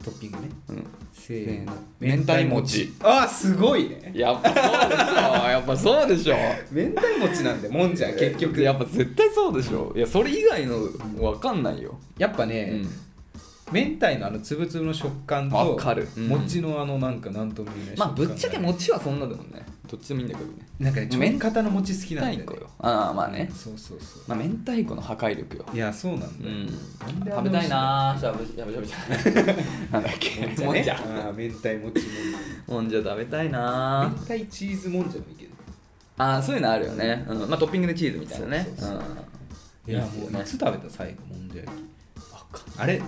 Speaker 1: トッピングね
Speaker 2: うん
Speaker 1: せーの
Speaker 2: 明太餅
Speaker 1: あーすごいね
Speaker 2: やっぱそうでしょやっぱそうでしょ
Speaker 1: 明太餅なんでもんじゃ結局
Speaker 2: やっぱ絶対そうでしょいやそれ以外の分かんないよ、
Speaker 1: やっぱ
Speaker 2: う
Speaker 1: ね
Speaker 2: ん、
Speaker 1: 明太のあのつぶつぶの食感
Speaker 2: わ
Speaker 1: と
Speaker 2: かるうん
Speaker 1: 餅のあのなんかなんとも言えない食
Speaker 2: まあ
Speaker 1: 感
Speaker 2: ぶっちゃけ
Speaker 1: も
Speaker 2: 餅はそんなでもねどっちでもいいんだけどね
Speaker 1: なんかねちょい方の餅好き
Speaker 2: 明
Speaker 1: なんだよ
Speaker 2: 太
Speaker 1: ね
Speaker 2: 子よああまあね、
Speaker 1: そうそうそう
Speaker 2: まあ、明太子の破壊力よ
Speaker 1: いやそうなん
Speaker 2: う
Speaker 1: だよ
Speaker 2: ん
Speaker 1: なんであ
Speaker 2: 食
Speaker 1: んな
Speaker 2: べ
Speaker 1: 美味しい
Speaker 2: たいなーしゃぶしゃぶしゃぶしゃぶなんだっけ
Speaker 1: もんじゃねあー明太餅もんじ
Speaker 2: もんじゃ食べたい
Speaker 1: ゃ
Speaker 2: な
Speaker 1: <laughs> 明
Speaker 2: ー
Speaker 1: 太チーズもんじゃもいいけど
Speaker 2: あーそういうのあるよね、うんまあ、トッピングでチーズみたいなね
Speaker 1: そうそうそ
Speaker 2: うん
Speaker 1: いや
Speaker 2: っす
Speaker 1: も
Speaker 2: よ
Speaker 1: う
Speaker 2: ね
Speaker 1: いつ食べた最後もんじゃ焼き
Speaker 2: わか
Speaker 1: あれ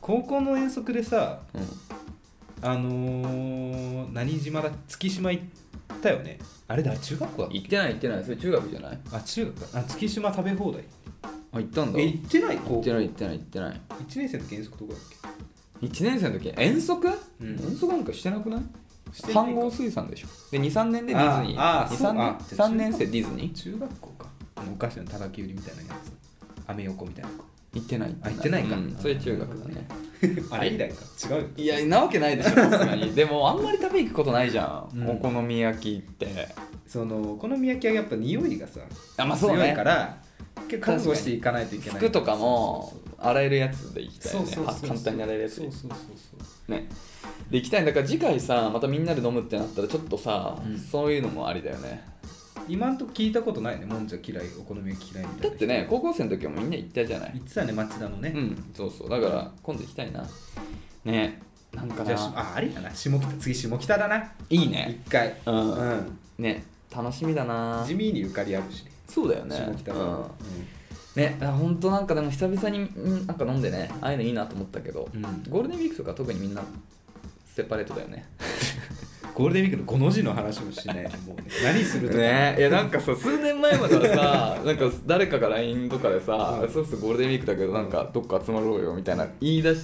Speaker 1: 高校の遠足でさ
Speaker 2: んない
Speaker 1: あのー、何島だ月島行ったよねあれだ中学校だ
Speaker 2: うん、行ってない行ってないそれ中学じゃない
Speaker 1: あ中学かあ月島食べ放題
Speaker 2: あ行ったんだ
Speaker 1: え
Speaker 2: 行
Speaker 1: 行ってない
Speaker 2: っ
Speaker 1: 高
Speaker 2: て
Speaker 1: 校
Speaker 2: ない行ってない行ってない
Speaker 1: 1年生の時遠足どこだっ
Speaker 2: 1年生の時遠足、
Speaker 1: うん
Speaker 2: 遠足なんかしてなくない
Speaker 1: してないか
Speaker 2: 飯合水産でしょで23年でディズニー
Speaker 1: あーあーそう
Speaker 2: 23
Speaker 1: あ
Speaker 2: 年3年生ディズニ
Speaker 1: け
Speaker 2: ー
Speaker 1: 中学校かお菓子のたたき売りみたいなやつアメ横みたいな
Speaker 2: 行ってない
Speaker 1: あ行ってないか
Speaker 2: うんそれ中学だね
Speaker 1: <laughs> あれ以来か違うよ
Speaker 2: いやなわけ <laughs> ないでしょさすがにでもあんまり食べ行くことないじゃん、
Speaker 1: うん
Speaker 2: お好み焼きって
Speaker 1: そのお好み焼きはやっぱ匂いがさ
Speaker 2: あまあそうね
Speaker 1: 強いから結構覚悟していかないといけない
Speaker 2: 服とかも洗えるやつで行きたい
Speaker 1: そ
Speaker 2: よ
Speaker 1: う
Speaker 2: ね
Speaker 1: そうそう
Speaker 2: は簡単に洗えるやつ
Speaker 1: そう
Speaker 2: で
Speaker 1: そうそうそう
Speaker 2: ねで行きたいんだから次回さまたみんなで飲むってなったらちょっとさ、
Speaker 1: うん
Speaker 2: そういうのもありだよね
Speaker 1: 今んとこ聞いたことないねもんじゃ嫌いお好み焼き嫌いみたいな
Speaker 2: だってね高校生の時はもうみんな行ったじゃない
Speaker 1: 言ってたね町田のね、
Speaker 2: うんそうそうだから今度行きたいなねなんか
Speaker 1: じゃ
Speaker 2: な
Speaker 1: あしああれだな下北次下北だない
Speaker 2: いね
Speaker 1: 一回
Speaker 2: う、
Speaker 1: うんん
Speaker 2: ね楽しみだな
Speaker 1: 地味にゆかりあるしね
Speaker 2: そうだよね
Speaker 1: 下北
Speaker 2: う
Speaker 1: は
Speaker 2: んねあ本当なんかでも久々にうんなんか飲んでねああいうのいいなと思ったけど、
Speaker 1: うん
Speaker 2: ゴールデンウィークとか特にみんなセパレートだよね
Speaker 1: ゴールデンウィークの5の字の話もしないねもうね何するとか
Speaker 2: ねいやなんかさ数年前までは <laughs> さなんか誰かが LINE とかでさ、
Speaker 1: うん
Speaker 2: そうするとゴールデンウィークだけどなんかどっか集まろうよみたいな言い出し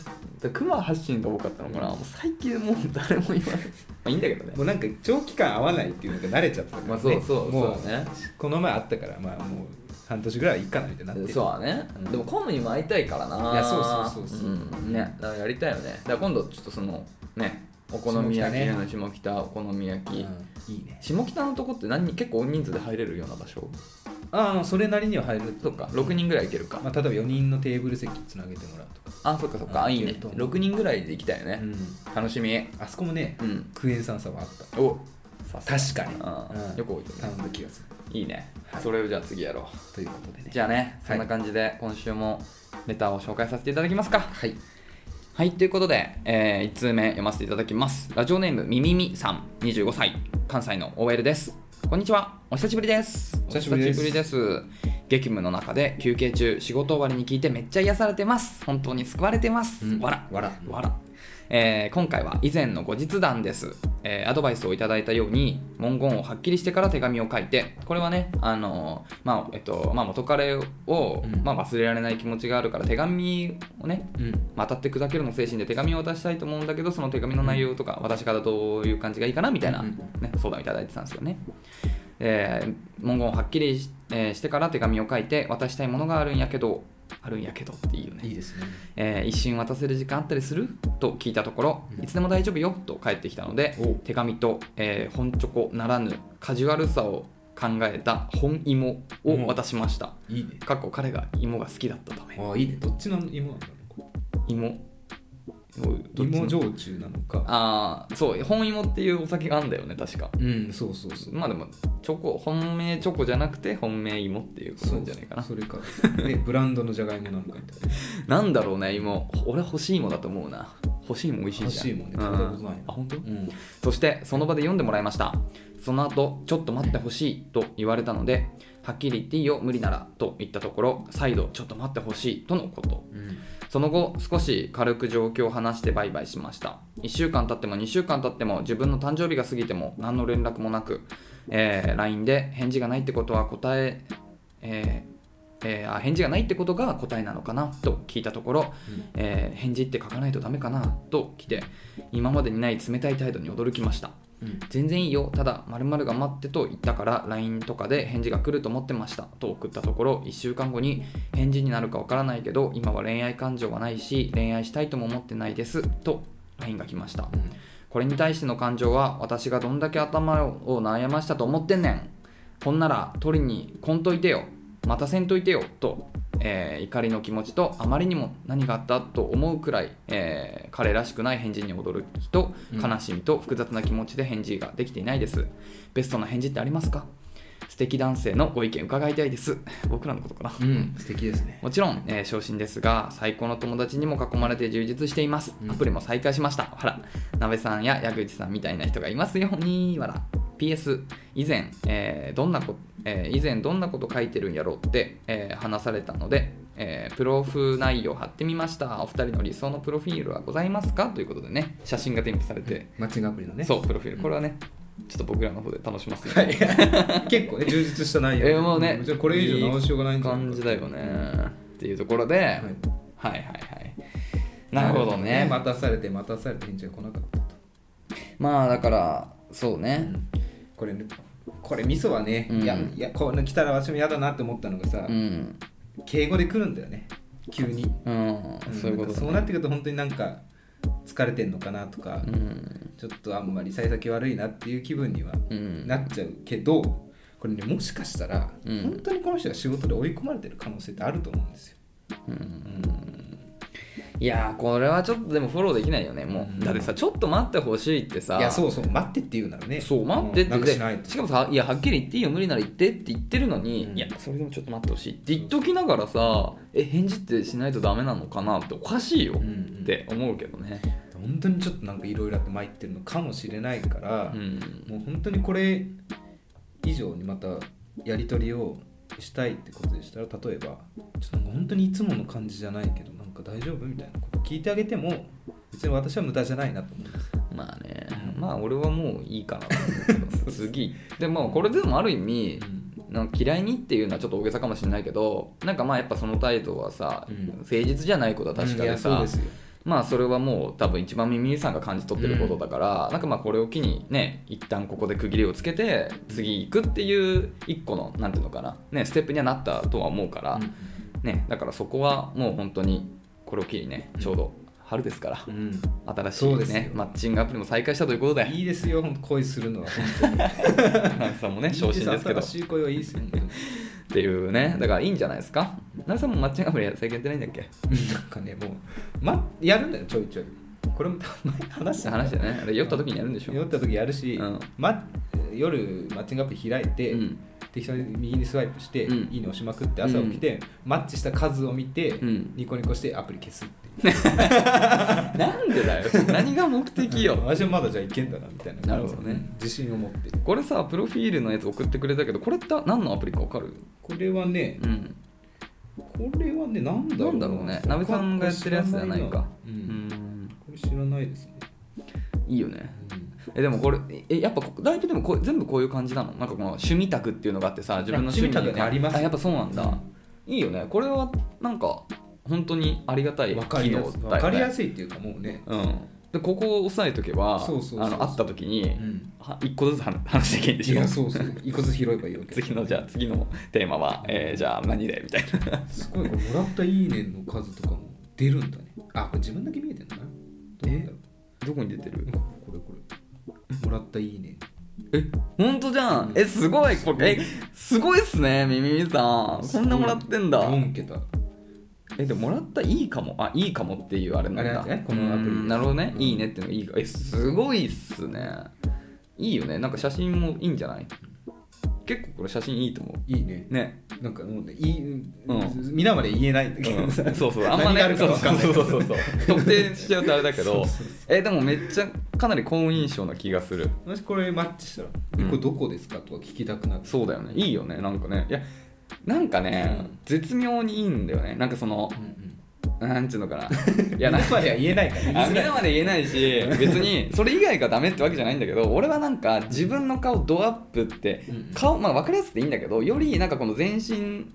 Speaker 2: クマ発信が多かったのか
Speaker 1: う
Speaker 2: な、
Speaker 1: ん
Speaker 2: もう最近もう誰も言わないまあいいんだけどね
Speaker 1: もうなんか長期間会わないっていうのが慣れちゃったから、ね、
Speaker 2: まあそうそう
Speaker 1: も
Speaker 2: そうだね
Speaker 1: この前会ったからまあもう半年ぐらいはいいかなみたいになってる
Speaker 2: そうだね、
Speaker 1: うん
Speaker 2: でもコムにも会いたいからない、
Speaker 1: いやそうそうそうそうん
Speaker 2: ねだからやりたいよねだから今度ちょっとそのねお好み焼き
Speaker 1: 下北
Speaker 2: の下北お好み焼き、
Speaker 1: いいね
Speaker 2: 下北のとこって何人結構大人数で入れるような場所
Speaker 1: ああそれなりには入る
Speaker 2: そっか6人ぐらい行けるか、
Speaker 1: まあ、例えば4人のテーブル席つなげてもらうとか、
Speaker 2: あそっかそっかあ
Speaker 1: うん
Speaker 2: いい
Speaker 1: い
Speaker 2: ね
Speaker 1: けると思う
Speaker 2: 6人ぐらいで行きたいよね、楽しみ
Speaker 1: あそこもね、
Speaker 2: うん
Speaker 1: クエン酸さはあった
Speaker 2: お
Speaker 1: 確かに
Speaker 2: あー
Speaker 1: うん
Speaker 2: よく置いてる
Speaker 1: 頼んだ気がする
Speaker 2: いいね、それをじゃあ次やろう
Speaker 1: ということでね
Speaker 2: じゃあね
Speaker 1: はい、
Speaker 2: そんな感じで今週もレターを紹介させていただきますかはいはい、ということで、え1通目読ませていただきますラジオネームみみみさん25歳関西の OL ですこんにちはお久しぶりです
Speaker 1: お久しぶりです
Speaker 2: お久しぶりです激務の中で休憩中仕事終わりに聞いてめっちゃ癒されてます本当に救われてます、
Speaker 1: うん
Speaker 2: わら
Speaker 1: わら
Speaker 2: わらえー今回は以前の後日談です、えーアドバイスをいただいたように文言をはっきりしてから手紙を書いてこれはね、あのーまあえっとまあ、元彼を、
Speaker 1: うん
Speaker 2: まあ、忘れられない気持ちがあるから手紙をね
Speaker 1: うん
Speaker 2: まあ当たって砕けるの精神で手紙を渡したいと思うんだけどその手紙の内容とか私からどういう感じがいいかなみたいな、
Speaker 1: うん
Speaker 2: ね、相談をいただいてたんですよね、えー文言をはっきりし,、えーしてから手紙を書いて渡したいものがあるんやけどあるんやけどっていいよね
Speaker 1: いいですね
Speaker 2: えー一瞬渡せる時間あったりすると聞いたところ、
Speaker 1: うん
Speaker 2: いつでも大丈夫よと返ってきたので
Speaker 1: お
Speaker 2: 手紙と、えー本チョコならぬカジュアルさを考えた本芋を渡しました、
Speaker 1: いいね
Speaker 2: かっこ彼が芋が好きだったため
Speaker 1: ああいいねどっちの芋なんだろう
Speaker 2: 芋どっちの
Speaker 1: 芋焼酎なのか
Speaker 2: ああそう本芋っていうお酒があんだよね確か
Speaker 1: うんそうそうそう
Speaker 2: まあでもチョコ本命チョコじゃなくて本命芋っていうことなんじゃないかな
Speaker 1: そうそうそれか、ね、ブランドのじゃがいもなのかみたいな
Speaker 2: なんだろうね芋俺欲しい芋だと思うな欲しい芋美味しいじゃん
Speaker 1: 欲しいもんね
Speaker 2: うん
Speaker 1: 食べたことないな
Speaker 2: あ本当、
Speaker 1: うん
Speaker 2: そしてその場で読んでもらいましたその後ちょっと待ってほしいと言われたのではっきり言っていいよ無理ならと言ったところ再度ちょっと待ってほしいとのこと
Speaker 1: うん
Speaker 2: その後少し軽く状況を話してバイバイしました1週間経っても2週間経っても自分の誕生日が過ぎても何の連絡もなく、えー LINE で返事がないってことは答ええーえーあ返事がないってことが答えなのかなと聞いたところ、
Speaker 1: うん
Speaker 2: えー返事って書かないとダメかなと来て今までにない冷たい態度に驚きました
Speaker 1: うん
Speaker 2: 全然いいよただ〇〇が待ってと言ったから LINE とかで返事が来ると思ってましたと送ったところ1週間後に返事になるかわからないけど今は恋愛感情はないし恋愛したいとも思ってないですと LINE が来ましたこれに対しての感情は私がどんだけ頭を悩ましたと思ってんねんほんなら取りに来んといてよまたせんといてよと、えー怒りの気持ちとあまりにも何があったと思うくらい、えー彼らしくない返事に驚きと
Speaker 1: うん
Speaker 2: 悲しみと複雑な気持ちで返事ができていないです、ベストな返事ってありますか素敵男性のご意見伺いたいです僕らのことかな
Speaker 1: うん、うん、素敵ですね
Speaker 2: もちろん、えー昇進ですが最高の友達にも囲まれて充実しています
Speaker 1: うん
Speaker 2: アプリも再開しました、ほら鍋さんや矢口さんみたいな人がいますようにわら PS 以前、えーどんなこ、えー以前どんなこと書いてるんやろうって、えー話されたので、えープロフ内容貼ってみましたお二人の理想のプロフィールはございますかということでね写真が添付されて、
Speaker 1: マッチングアプリのね
Speaker 2: そうプロフィールこれはねちょっと僕らの方で楽しますよ、
Speaker 1: はい結構ね充実した内容
Speaker 2: えーもうね
Speaker 1: もちろんこれ以上直しようがないんじゃないか
Speaker 2: 感じだよねっていうところで、
Speaker 1: はい
Speaker 2: はいはいはいなるほどねま
Speaker 1: 待たされて待たされて返事が来なかったと
Speaker 2: あだからそうね、
Speaker 1: これねこれミソはね、
Speaker 2: うん
Speaker 1: いやいやこう来たら私も嫌だなって思ったのがさ、
Speaker 2: うん、
Speaker 1: 敬語で来るんだよね急に、
Speaker 2: うん
Speaker 1: ん
Speaker 2: そういうこ
Speaker 1: なん
Speaker 2: と
Speaker 1: かそうなってくると本当になんか疲れてんのかなとか、
Speaker 2: うん
Speaker 1: ちょっとあんまり幸先悪いなっていう気分には
Speaker 2: うん
Speaker 1: なっちゃうけど、これねもしかしたら、
Speaker 2: うん
Speaker 1: 本当にこの人が仕事で追い込まれてる可能性ってあると思うんですよ
Speaker 2: いやーこれはちょっとでもフォローできないよねもう、
Speaker 1: うん
Speaker 2: だってさちょっと待ってほしいってさ
Speaker 1: いやそうそう待ってって言うならね
Speaker 2: そう待ってっ
Speaker 1: ん
Speaker 2: て
Speaker 1: なんか
Speaker 2: で
Speaker 1: しないと
Speaker 2: しかもさいやはっきり言っていいよ無理なら言ってって言ってるのに、
Speaker 1: うん
Speaker 2: いやそれでもちょっと待ってほしいって言っときながらさえ返事ってしないとダメなのかなっておかしいよ
Speaker 1: うんう
Speaker 2: っ
Speaker 1: ん
Speaker 2: て思うけどね
Speaker 1: 本当にちょっとなんかいろいろあって参ってるのかもしれないから
Speaker 2: う、ん
Speaker 1: もう本当にこれ以上にまたやり取りをしたいってことでしたら例えばちょっとなんか本当にいつもの感じじゃないけどなんか大丈夫みたいなこと聞いてあげても別に私は無駄じゃないなと思います
Speaker 2: まあね
Speaker 1: うん
Speaker 2: まあ俺はもういいかなと思うけ
Speaker 1: <laughs>
Speaker 2: ど次でもこれでもある意味なんか嫌いにっていうのはちょっと大げさかもしれないけどなんかまあやっぱその態度はさ、
Speaker 1: うん
Speaker 2: 誠実じゃないことは確か
Speaker 1: い
Speaker 2: で
Speaker 1: やそう
Speaker 2: さ、
Speaker 1: ですよ
Speaker 2: まあそれはもう多分一番耳さんが感じ取ってることだから、なんかまあこれを機にね一旦ここで区切りをつけて次行くっていう一個のなんていうのかな、ね、ステップにはなったとは思うから、ね、だからそこはもう本当にこれを機にねちょうど春ですから
Speaker 1: うんうん
Speaker 2: 新し
Speaker 1: そう
Speaker 2: い、
Speaker 1: ですよ
Speaker 2: ね、マッチングアプリも再開したということで
Speaker 1: いいですよ本当恋する
Speaker 2: <laughs>
Speaker 1: のは本
Speaker 2: ナミさんもね
Speaker 1: 当に
Speaker 2: 昇進ですけどっ
Speaker 1: 新しい恋はいいですよ本当に
Speaker 2: ていうねだからいいんじゃないですかナミさんもマッチングアプリ最近やってないんだっけ
Speaker 1: なんかねもう、ま、やるんだよちょいちょいこれもた <laughs> まに話した
Speaker 2: 話だよねあれ酔った時にやるんでしょ
Speaker 1: 酔った時やるし、
Speaker 2: うん
Speaker 1: ま、夜マッチングアプリ開いて、
Speaker 2: うん
Speaker 1: 適当に右にスワイプして、
Speaker 2: うん
Speaker 1: いいね押しまくって朝起きて、マッチした数を見て、
Speaker 2: うん
Speaker 1: ニコニコしてアプリ消すっていう
Speaker 2: なんでだよ何が目的よ
Speaker 1: <laughs> 私はまだじゃあいけんだなみたいな
Speaker 2: なるほどね
Speaker 1: 自信を持って
Speaker 2: これさプロフィールのやつ送ってくれたけどこれって何のアプリか分かる
Speaker 1: これはね
Speaker 2: うん
Speaker 1: これはねなんだろう
Speaker 2: なんだろうねなべさんがやってるやつじゃないか
Speaker 1: う、
Speaker 2: うんん
Speaker 1: これ知らないですね、
Speaker 2: いいよねえでもこれえやっぱ大体でもこう全部こういう感じなのなんかこの趣味宅っていうのがあってさ自分の趣味に
Speaker 1: 趣味宅ねあります
Speaker 2: やっぱそうなんだ、いいよねこれはなんか本当にありがたい
Speaker 1: 分か
Speaker 2: 機
Speaker 1: りや
Speaker 2: 能
Speaker 1: すい
Speaker 2: だ
Speaker 1: 分
Speaker 2: よ
Speaker 1: かりや
Speaker 2: ね
Speaker 1: すいっていうかもうね、
Speaker 2: うんでここを押さえとけば
Speaker 1: そうそうそう
Speaker 2: あの会った時に、
Speaker 1: うん、
Speaker 2: は一個ずつ話 <laughs> 話していけんで
Speaker 1: い
Speaker 2: しょ
Speaker 1: やそうそう一個ずつ拾えばいいわけ
Speaker 2: 次のじゃあ次のテーマは、えーじゃあ何でみたいな
Speaker 1: すごいこれもらった「いいね」の数とかも出るんだねあこれ自分だけ見えてんだなどうなんだろう
Speaker 2: どこに出てる
Speaker 1: これこれもらった「いいね
Speaker 2: え本当じゃんえすごいこれえすごいっすねみみみさ」んこんなもらってんだ
Speaker 1: 4桁
Speaker 2: えでももらったいいかもあいいかもっていうあれなん
Speaker 1: あれな
Speaker 2: だ
Speaker 1: んですねこのアプリ
Speaker 2: うんなるほどね
Speaker 1: うん
Speaker 2: いいねっていうのがいいかえすごいっすねいいよねなんか写真もいいんじゃない結構これ写真いいと思
Speaker 1: いいね
Speaker 2: うね
Speaker 1: なんかもうねいい、
Speaker 2: ん
Speaker 1: 皆まで言えないんだけ
Speaker 2: う
Speaker 1: ど <laughs>
Speaker 2: ん、
Speaker 1: さ、
Speaker 2: そうそうあんま
Speaker 1: 何があ
Speaker 2: ね
Speaker 1: るか
Speaker 2: そう
Speaker 1: 分かんない
Speaker 2: そうそうそうそう特定しちゃうとあれだけど
Speaker 1: そうそう
Speaker 2: えでもめっちゃかなり好印象な気がする
Speaker 1: もしこれマッチしたら「え
Speaker 2: うん
Speaker 1: これどこですか?」とか聞きたくなる
Speaker 2: そうだよねいいよねなんかねいやなんかね、
Speaker 1: うん
Speaker 2: 絶妙にいいんだよねなんかその
Speaker 1: うんうん
Speaker 2: なんちゅうのかない
Speaker 1: いや
Speaker 2: やなん
Speaker 1: 皆までは言えないから
Speaker 2: あ
Speaker 1: 言いづらい
Speaker 2: 皆まで言えないし別にそれ以外がダメってわけじゃないんだけど俺はなんか自分の顔ドアップって
Speaker 1: うんうん
Speaker 2: 顔まあ分かりやすくていいんだけどよりなんかこの全身
Speaker 1: うん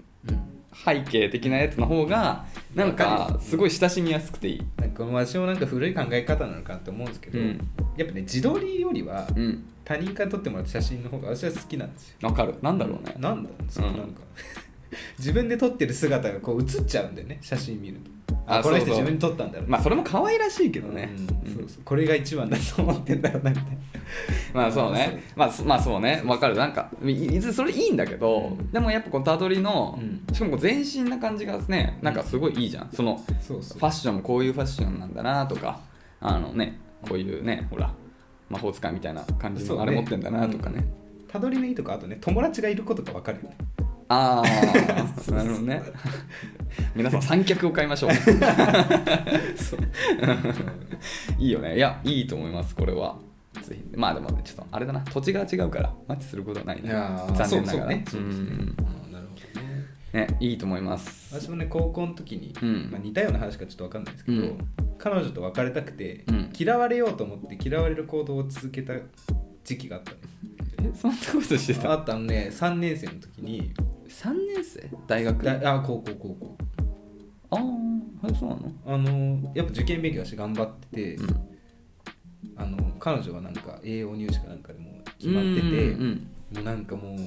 Speaker 2: 背景的なやつの方がなん
Speaker 1: わか
Speaker 2: か
Speaker 1: る
Speaker 2: すごい親しみやすくていい
Speaker 1: なんか私もなんか古い考え方なのかなって思うんですけど、
Speaker 2: うん
Speaker 1: やっぱね自撮りよりは
Speaker 2: うん
Speaker 1: 他人から撮ってもらった写真の方が私は好きなんですよ
Speaker 2: 分かるなんだろうね
Speaker 1: なんだろうねその
Speaker 2: うん
Speaker 1: なんか <laughs> 自分で撮ってる姿がこう映っちゃうんだよね写真見るとあ
Speaker 2: あ
Speaker 1: この人
Speaker 2: そうそう
Speaker 1: 自分で撮ったんだろう
Speaker 2: まあそれも可愛らしいけどね
Speaker 1: うんそうそうこれが一番だと思ってんだろうなみたいな
Speaker 2: まあそうねまあそまあそうねわかるなんかいいずそれいいんだけど
Speaker 1: うん
Speaker 2: でもやっぱこのたどりの
Speaker 1: うん
Speaker 2: しかもこう全身な感じがねなんかすごいいいじゃんその
Speaker 1: そうそ
Speaker 2: フ
Speaker 1: う
Speaker 2: ァッションもこういうファッションなんだなとかあのねこういうねほら魔法使いみたいな感じ
Speaker 1: そう
Speaker 2: の
Speaker 1: ね
Speaker 2: あれ持ってんだなとかね
Speaker 1: たどりのいいとかあとね友達がいることが分かるよね
Speaker 2: ああ <laughs> なるほどね皆さん三脚を買いましょう <laughs> いいよねいやいいと思いますこれはぜひまあでもねちょっとあれだな土地が違うからマッチすることはないね残念ながら
Speaker 1: そうそうねそうですね
Speaker 2: うん
Speaker 1: あーなるほどね
Speaker 2: ねいいと思います
Speaker 1: 私もね高校の時に、
Speaker 2: うん
Speaker 1: まあ、似たような話かちょっと分かんないですけど、
Speaker 2: うん
Speaker 1: 彼女と別れたくて、
Speaker 2: うん
Speaker 1: 嫌われようと思って嫌われる行動を続けた時期があったんです
Speaker 2: えそんなことして
Speaker 1: あ
Speaker 2: た
Speaker 1: ったのね3年生の時に
Speaker 2: 3年生大学あ
Speaker 1: だあ高校高校
Speaker 2: あーはいそうなの
Speaker 1: あのやっぱ受験勉強だし頑張ってて、
Speaker 2: うん
Speaker 1: あの彼女はなんか栄養入試かなんかでもう決まってて、
Speaker 2: うんうん
Speaker 1: もうなんかもう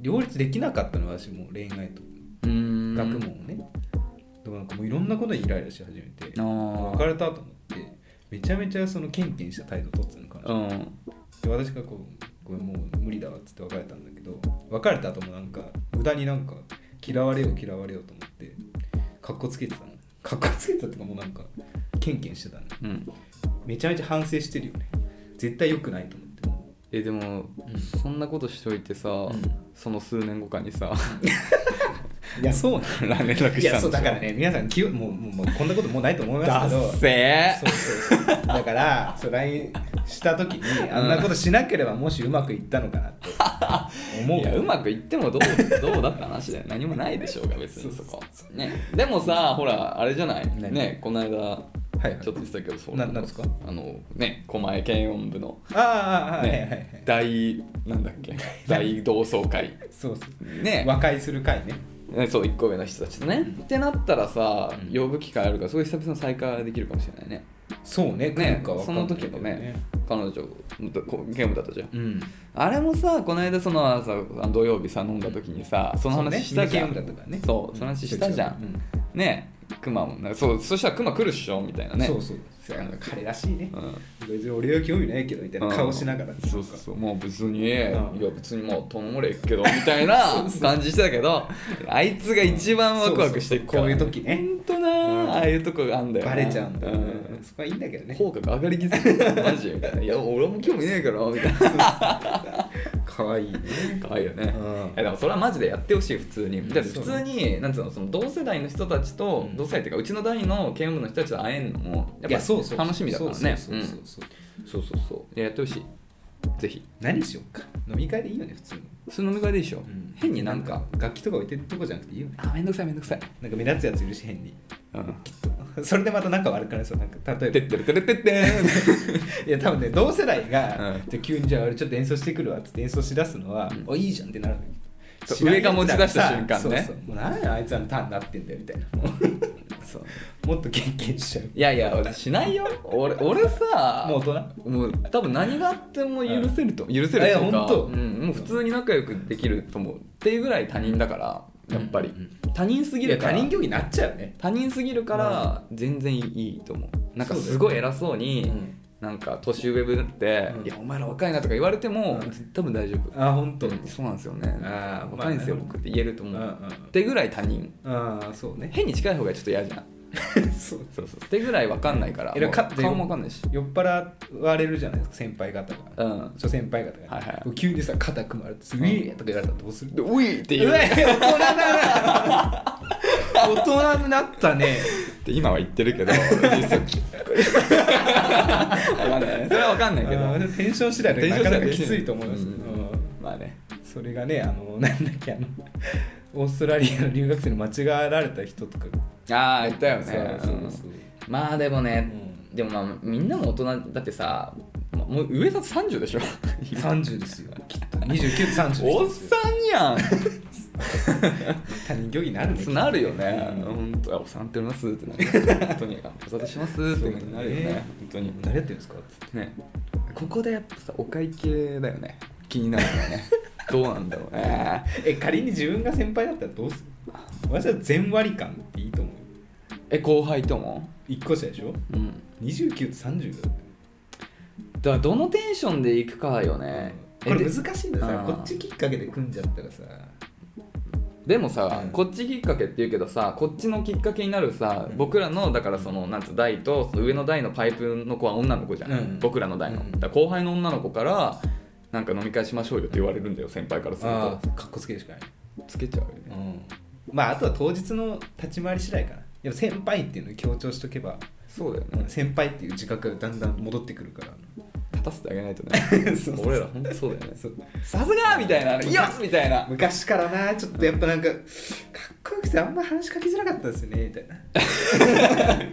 Speaker 1: 両立できなかったの私もう恋愛と
Speaker 2: うーん
Speaker 1: 学問をね、でもなんかもういろんなことにイライラし始めて
Speaker 2: あー
Speaker 1: 別れたと思ってめちゃめちゃそのケンケンした態度取ってたの彼女
Speaker 2: うん
Speaker 1: で私がこう「ごめんもう無理だわ」っつって別れたんだけど別れた後もなんか無駄になんか嫌われよう嫌われようと思ってかっこつけてたのかっこつけてたっていうかもうなんかケンケンしてたの
Speaker 2: うん
Speaker 1: めちゃめちゃ反省してるよね絶対良くないと思って
Speaker 2: えでも、
Speaker 1: うん
Speaker 2: そんなことしといてさ、
Speaker 1: ん
Speaker 2: その数年後かにさ <laughs>
Speaker 1: いやそうな
Speaker 2: 連絡したんでしょ
Speaker 1: いやそうだからね皆さん気をもうもうもうこんなこともうないと思いま
Speaker 2: だ
Speaker 1: すけど
Speaker 2: っせえ
Speaker 1: そうそうそうだからそう LINE した時にあんなことしなければもしうまくいったのかなって思う
Speaker 2: いやうまくいってもどう <laughs> どうだった話だよ何もないでしょうが別にそこねでもさほらあれじゃない
Speaker 1: 何
Speaker 2: ねこの間
Speaker 1: はいはい
Speaker 2: ちょっと言ってたけどそう
Speaker 1: ななんですか
Speaker 2: あのね狛江検音部の
Speaker 1: ああああはいはいは
Speaker 2: ね
Speaker 1: い
Speaker 2: 大なんだっ
Speaker 1: <laughs>
Speaker 2: け大同窓会
Speaker 1: そうそう
Speaker 2: ね
Speaker 1: 和解する会ね
Speaker 2: ねそう1個上の人たちとねってなったらさ
Speaker 1: うん
Speaker 2: 呼ぶ機会あるからすごい久々に再会ができるかもしれないね
Speaker 1: そうね
Speaker 2: ね
Speaker 1: 来るかわ
Speaker 2: そ
Speaker 1: かんな
Speaker 2: の
Speaker 1: いけ
Speaker 2: 時
Speaker 1: ど
Speaker 2: のね彼女とこゲームだったじゃん
Speaker 1: うん
Speaker 2: あれもさこの間その朝土曜日さ飲んだ時にさその
Speaker 1: そうね
Speaker 2: 話したじゃ
Speaker 1: み
Speaker 2: ん
Speaker 1: んなゲームだったからね
Speaker 2: そうその話したじゃんねクマもねそうそしたらクマ来るっしょみたいな
Speaker 1: うん
Speaker 2: ね
Speaker 1: そうそうそうなんか彼らしいね
Speaker 2: うん
Speaker 1: 別に俺は興味ないけどみたいな顔しながら
Speaker 2: うんそうそうそうもう別にいや
Speaker 1: うん
Speaker 2: 別にもうとんもれっけどみた
Speaker 1: <laughs>
Speaker 2: いな感じしてたけどあいつが一番ワクワクしてるから
Speaker 1: そうそうこういう時ね
Speaker 2: ほんとな
Speaker 1: うん
Speaker 2: ああいうとこがあんだよな
Speaker 1: バレちゃうんだよね
Speaker 2: う
Speaker 1: そこはいいんだけどね
Speaker 2: 口角上がりきついマジみたいな「いや俺も興味ねえから」みたいな
Speaker 1: かかわいいね、
Speaker 2: 可愛いよ
Speaker 1: うん
Speaker 2: ねいやでもそれはマジでやってほしい普通に
Speaker 1: うん
Speaker 2: だって普通になんつうのその同世代の人たちと、
Speaker 1: うん
Speaker 2: 同世代っていうかうちの代の兼務部の人たちと会えるのもやっ
Speaker 1: い
Speaker 2: ぱ
Speaker 1: やそうそう
Speaker 2: 楽しみだからね
Speaker 1: そうそうそうそう
Speaker 2: うんそうそうそういややってほしいぜひ
Speaker 1: 何しようか飲み会でいいよね普通に、
Speaker 2: 普通の飲み会でいいでしょ、変になんか
Speaker 1: 楽器とか置いてるとこじゃなくていいよね
Speaker 2: あめんどくさいめんどくさい、
Speaker 1: なんか目立つやついるし変に <laughs>
Speaker 2: うん、
Speaker 1: それでまた仲悪くなりそうなんか例えば
Speaker 2: てってるてるてって
Speaker 1: <laughs> いや多分ね同世代が、
Speaker 2: うん
Speaker 1: じゃあ急にじゃあ俺ちょっと演奏してくるわっつって演奏しだすのは、
Speaker 2: うん
Speaker 1: おいいじゃんってなるんだけど
Speaker 2: そう上が持ち出した瞬間ね
Speaker 1: 知らんやつらがさそうそうもう何やあいつらのターンになってんだよみたいなも
Speaker 2: ーんそう
Speaker 1: うもっと経験しちゃう
Speaker 2: いやいや俺しないよ俺俺さ
Speaker 1: もう大人
Speaker 2: もう多分何があっても許せると、許せると
Speaker 1: い
Speaker 2: い
Speaker 1: や
Speaker 2: うか
Speaker 1: 本当
Speaker 2: うん、もう普通に仲良くできると思うっていうぐらい他人だからやっぱり、
Speaker 1: うん
Speaker 2: 他人すぎ
Speaker 1: い
Speaker 2: る
Speaker 1: や
Speaker 2: か
Speaker 1: 他
Speaker 2: ら
Speaker 1: 人行儀になっちゃうね
Speaker 2: 他人すぎるから全然いいと思うなんか
Speaker 1: そうだよ
Speaker 2: すごい偉そうに、
Speaker 1: うん
Speaker 2: なんか年上ぶって、
Speaker 1: うん
Speaker 2: いやお前ら若いな」とか言われても、
Speaker 1: うん
Speaker 2: 多分大丈夫、
Speaker 1: あ本当、
Speaker 2: うんそうなんですよね
Speaker 1: あー
Speaker 2: 若いんですよ、
Speaker 1: まあね
Speaker 2: 僕って言えると思う、
Speaker 1: うんうんうん
Speaker 2: ってぐらい他人
Speaker 1: ああそうね
Speaker 2: 変に近い方がちょっと嫌じゃん
Speaker 1: そう
Speaker 2: <laughs> そうそうってぐらい分かんないから
Speaker 1: いや
Speaker 2: もう
Speaker 1: か
Speaker 2: 顔も分かんないし
Speaker 1: 酔っ払われるじゃないですか先輩方が
Speaker 2: うん
Speaker 1: 諸先輩方が、
Speaker 2: はいはい
Speaker 1: 急にさ肩組まれて「すげえ!」とか言われたらどうする
Speaker 2: で「うい!」って言
Speaker 1: う
Speaker 2: う
Speaker 1: わ大人だな大人にな <laughs> ったね
Speaker 2: って今は言ってるけ <laughs> ど実際分かんないそれは分かんないけど
Speaker 1: あーテンション次第でなかなかきついと思います、
Speaker 2: テンション次第で
Speaker 1: うん
Speaker 2: まあね
Speaker 1: それがねあの <laughs> なんだっけあのオーストラリアの留学生に間違えられた人とか
Speaker 2: ああ言ったよね
Speaker 1: そうそううんそう
Speaker 2: まあでもね、
Speaker 1: う
Speaker 2: でもまあみんなも大人だってさまもう上だと30でしょ
Speaker 1: 30ですよきっと29と30
Speaker 2: <laughs> おっ
Speaker 1: ですよ
Speaker 2: さんやん
Speaker 1: 他人行儀になるねきっ
Speaker 2: そ
Speaker 1: と
Speaker 2: うなるよね、
Speaker 1: うん
Speaker 2: 本当あおっさんっておりますってなる本当にあお沙汰しますって
Speaker 1: そう
Speaker 2: なるよね本当に
Speaker 1: 誰やってるんですかって
Speaker 2: ねここでやっぱさお会計だよね気になるよねどうなんだろうね
Speaker 1: え仮に自分が先輩だったらどうする私は全割り勘っていいと思う
Speaker 2: え後輩とも
Speaker 1: 1個下でしょ
Speaker 2: うん
Speaker 1: 29と30だよ
Speaker 2: だからどのテンションで行くかよね、え
Speaker 1: これ
Speaker 2: で
Speaker 1: 難しいんだよさ
Speaker 2: うん
Speaker 1: こっちきっかけで組んじゃったらさ
Speaker 2: でもさ、
Speaker 1: うん
Speaker 2: こっちきっかけって言うけどさこっちのきっかけになるさ、
Speaker 1: うん
Speaker 2: 僕らのだからそのなんつう代とその上の代のパイプの子は女の子じゃん、
Speaker 1: うん
Speaker 2: 僕らの代の、
Speaker 1: うん
Speaker 2: だから後輩の女の子からなんか飲み会しましょうよって言われるんだよ先輩からする
Speaker 1: あ
Speaker 2: と
Speaker 1: あかっこつけるしかない、
Speaker 2: つけちゃうよ
Speaker 1: う
Speaker 2: ね
Speaker 1: ん、まああとは当日の立ち回り次第かなやっぱ先輩っていうのを強調しとけば
Speaker 2: そうだよ
Speaker 1: う
Speaker 2: ね
Speaker 1: ん先輩っていう自覚がだんだん戻ってくるから
Speaker 2: 立たせてあげないとね
Speaker 1: そう
Speaker 2: 俺らほんとそうだよねさすがみたいな「よし!」みたいな
Speaker 1: 昔からなちょっとやっぱなんかかっこよくてあんま話しかけづらかったですよねみたいな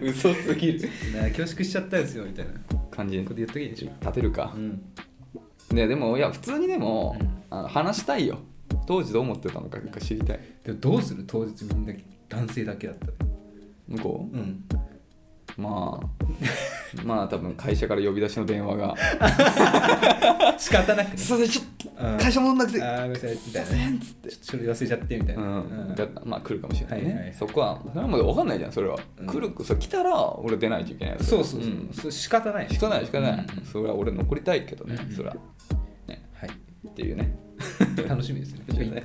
Speaker 2: 嘘すぎる
Speaker 1: な恐縮しちゃったんですよみたいなこ
Speaker 2: 感じで
Speaker 1: と言っときゃいいでしょ
Speaker 2: 立てるか、
Speaker 1: ん
Speaker 2: ねでもいや普通にでも、
Speaker 1: うん
Speaker 2: あの話したいよ当時どう思ってたのかが知りたい
Speaker 1: でもどうする当日みんな男性だけだったら
Speaker 2: 向こう
Speaker 1: うん
Speaker 2: まあまあ多分会社から呼び出しの電話が「
Speaker 1: 仕方なくね
Speaker 2: すいませんちょっ
Speaker 1: うん
Speaker 2: と会社戻んなくて」
Speaker 1: あーごめんなさい
Speaker 2: すいません」っつって
Speaker 1: ちょっとそれ忘れちゃってみたいうな、
Speaker 2: んがまあ来るかもしれないね、
Speaker 1: はいはいはい
Speaker 2: そこはそれはもう分かんないじゃんそれは、
Speaker 1: うん
Speaker 2: 来るそう来たら俺出ないといけない
Speaker 1: そうそうそう、
Speaker 2: ん
Speaker 1: そう仕方ない
Speaker 2: しかないしかない、
Speaker 1: うんうん
Speaker 2: それは俺残りたいけどね、
Speaker 1: うんうん
Speaker 2: それはね
Speaker 1: はい
Speaker 2: っていうね
Speaker 1: 楽しみ <laughs> です
Speaker 2: 楽しみだね
Speaker 1: ね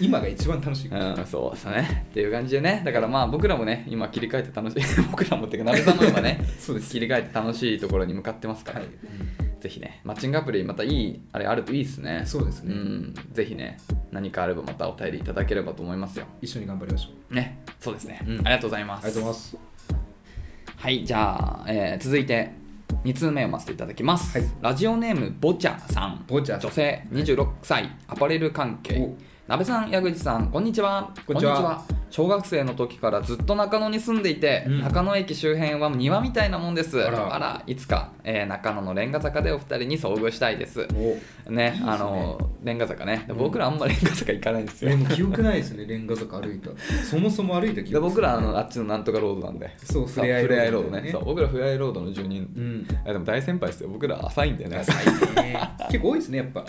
Speaker 1: 今が一番楽しい
Speaker 2: うん、 <laughs> そうですね。っていう感じでね、だからまあ僕らもね、今切り替えて楽しい、 <laughs> 僕らもっていうか、鍋さんも今ね、
Speaker 1: <laughs> そうです
Speaker 2: 切り替えて楽しいところに向かってますから、
Speaker 1: はい、
Speaker 2: ぜひね、マッチングアプリ、またいい、あれあるといいですね。
Speaker 1: そうですね
Speaker 2: ん、ぜひね、何かあればまたお便りいただければと思いますよ。
Speaker 1: 一緒に頑張りましょう
Speaker 2: ね、そうですね。
Speaker 1: うん
Speaker 2: ありがとうございます。
Speaker 1: ありがとうございます
Speaker 2: はい、じゃあ、えー続いて、2通目を読ませていただきます。
Speaker 1: はい
Speaker 2: ラジオネーム、ぼちゃさん。
Speaker 1: ぼちゃ
Speaker 2: 女性26歳アパレル関係
Speaker 1: お
Speaker 2: なべさん矢口さんこんにちは
Speaker 1: こんにちは
Speaker 2: 小学生の時からずっと中野に住んでいて、
Speaker 1: うん
Speaker 2: 中野駅周辺は庭みたいなもんです
Speaker 1: あら
Speaker 2: いつか、えー中野のレンガ坂でお二人に遭遇したいです
Speaker 1: お
Speaker 2: ね
Speaker 1: いいですね
Speaker 2: あのレンガ坂ね、
Speaker 1: うん
Speaker 2: 僕らあんまレンガ坂行かないんですよ
Speaker 1: でも記憶ないですねレンガ坂歩いたそもそも歩いた記
Speaker 2: で
Speaker 1: 憶
Speaker 2: 僕らあのあっちのなんとかロード
Speaker 1: <laughs>
Speaker 2: なんで
Speaker 1: そう
Speaker 2: さ
Speaker 1: ふれあい
Speaker 2: ふれあいロ
Speaker 1: ロード
Speaker 2: ード
Speaker 1: だよね
Speaker 2: ねそう僕らふれあいロードの住人、
Speaker 1: うん
Speaker 2: あでも大先輩ですよ僕ら浅いんだよね
Speaker 1: ダサい <laughs> ね結構多いですねやっぱ、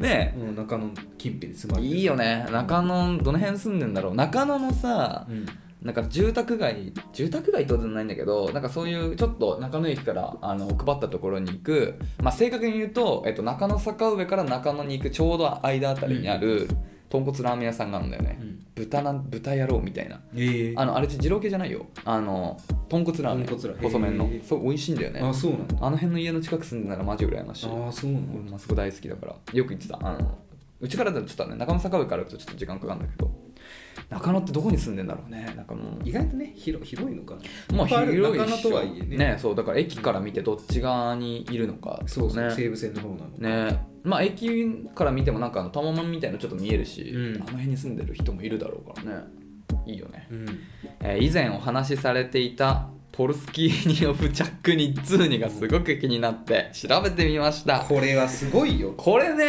Speaker 2: ね
Speaker 1: うん、中野近辺に住まれてる
Speaker 2: いいよね中野どの辺住んでんだろう中野のさ
Speaker 1: うん
Speaker 2: なんか住宅街住宅街ってことじゃないんだけどなんかそういうちょっと中野駅からあの配ったところに行く、まあ、正確に言うと、えっと、中野坂上から中野に行くちょうど間あたりにある豚骨ラーメン屋さんがあるんだよね、
Speaker 1: うん
Speaker 2: 豚な豚野郎みたいな
Speaker 1: ええ
Speaker 2: あのあれ二郎系じゃないよあの豚骨ラーメン
Speaker 1: 豚骨ラーメン
Speaker 2: 細麺の
Speaker 1: へえ
Speaker 2: そう美味しいんだよね
Speaker 1: あそうなんだ
Speaker 2: あの辺の家の近く住んでたらマジ羨ましい
Speaker 1: ああそうなん
Speaker 2: 俺もあそこ大好きだからよく行ってたあのうちからだとちょっとね中野坂上からだとちょっと時間かかるんだけど中野ってどこに住んでんだろうねなんかもう
Speaker 1: 意外とね広広いのかな
Speaker 2: まあ
Speaker 1: いっぱいる
Speaker 2: 広いっしょ
Speaker 1: 中野とはいえね
Speaker 2: そうだから駅から見てどっち側にいるのか
Speaker 1: そうそう、
Speaker 2: ね
Speaker 1: 西武線の方なのか
Speaker 2: ねまあ駅から見てもなんかあのタワマンみたいなのちょっと見えるし、
Speaker 1: うん
Speaker 2: あの辺に住んでる人もいるだろうからねいいよね、
Speaker 1: うん
Speaker 2: えー以前お話しされていたポルスキーニオフチャックニッツーニがすごく気になって調べてみました
Speaker 1: これはすごいよ、
Speaker 2: これ
Speaker 1: う
Speaker 2: ね、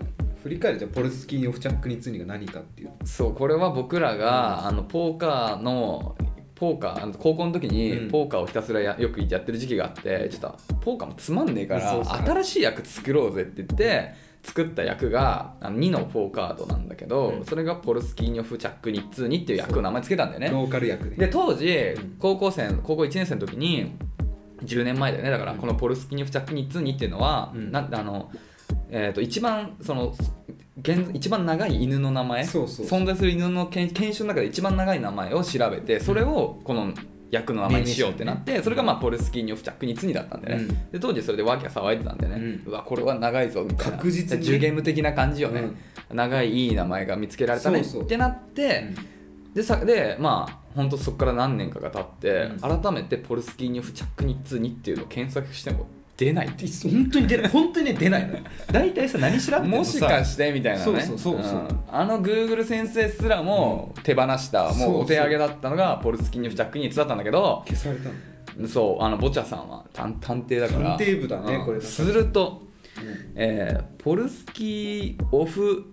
Speaker 1: ん振り返るじゃあポルスキーニオフチャックにツニが何かっていう
Speaker 2: そうこれは僕らがあのポーカーのポーカーあの高校の時
Speaker 1: う
Speaker 2: に
Speaker 1: ん
Speaker 2: ポーカーをひたすらやよくやってる時期があってちょっとポーカーもつまんねえから
Speaker 1: そうそう
Speaker 2: 新しい役作ろうぜって言って作った役があの2のポーカードなんだけど、
Speaker 1: うん
Speaker 2: それがポルスキーニョフチャックニッツーニっていう役の名前つけたんだよね。
Speaker 1: ローカル役
Speaker 2: で
Speaker 1: ね
Speaker 2: 当時
Speaker 1: ん
Speaker 2: 高校生の高校1年生の時に10年前だよねだから
Speaker 1: うん
Speaker 2: このポルスキニフチャックニッツーニっていうのは、
Speaker 1: うん
Speaker 2: なんあのえー、と一番その現一番長い犬の名前
Speaker 1: そうそう
Speaker 2: 存在する犬の犬犬種の中で一番長い名前を調べてそれをこの役の名前にしようってなって、それがまあポルスキニョフチャックニッツーニだったんだよね、
Speaker 1: うん
Speaker 2: で当時それでワーキャー騒いでたんでね、う
Speaker 1: う
Speaker 2: わこれは長いぞみたいな
Speaker 1: 確実に
Speaker 2: ジュゲーム的な感じよね、
Speaker 1: うん
Speaker 2: 長いいい名前が見つけられたね
Speaker 1: そうそう
Speaker 2: ってなって、でさでまあ本当そこから何年かが経って、改めてポルスキーニョフチャックニッツーニっていうのを検索しても出ないって
Speaker 1: うん本当に出ない本当にね出ないのよ大体さ何調べて
Speaker 2: も
Speaker 1: も
Speaker 2: し
Speaker 1: さ
Speaker 2: かしてみたいなね
Speaker 1: そうそうそうそうん
Speaker 2: あのグーグル先生すらも手放した、
Speaker 1: そう
Speaker 2: も
Speaker 1: そう
Speaker 2: うお手上げだったのがポルスキーニョフチャックニッツーだったんだけど
Speaker 1: 消されたの
Speaker 2: そうあのボチャさんは探探偵だから
Speaker 1: 探偵部だね
Speaker 2: うん
Speaker 1: これ
Speaker 2: すると、えーポルスキーオフ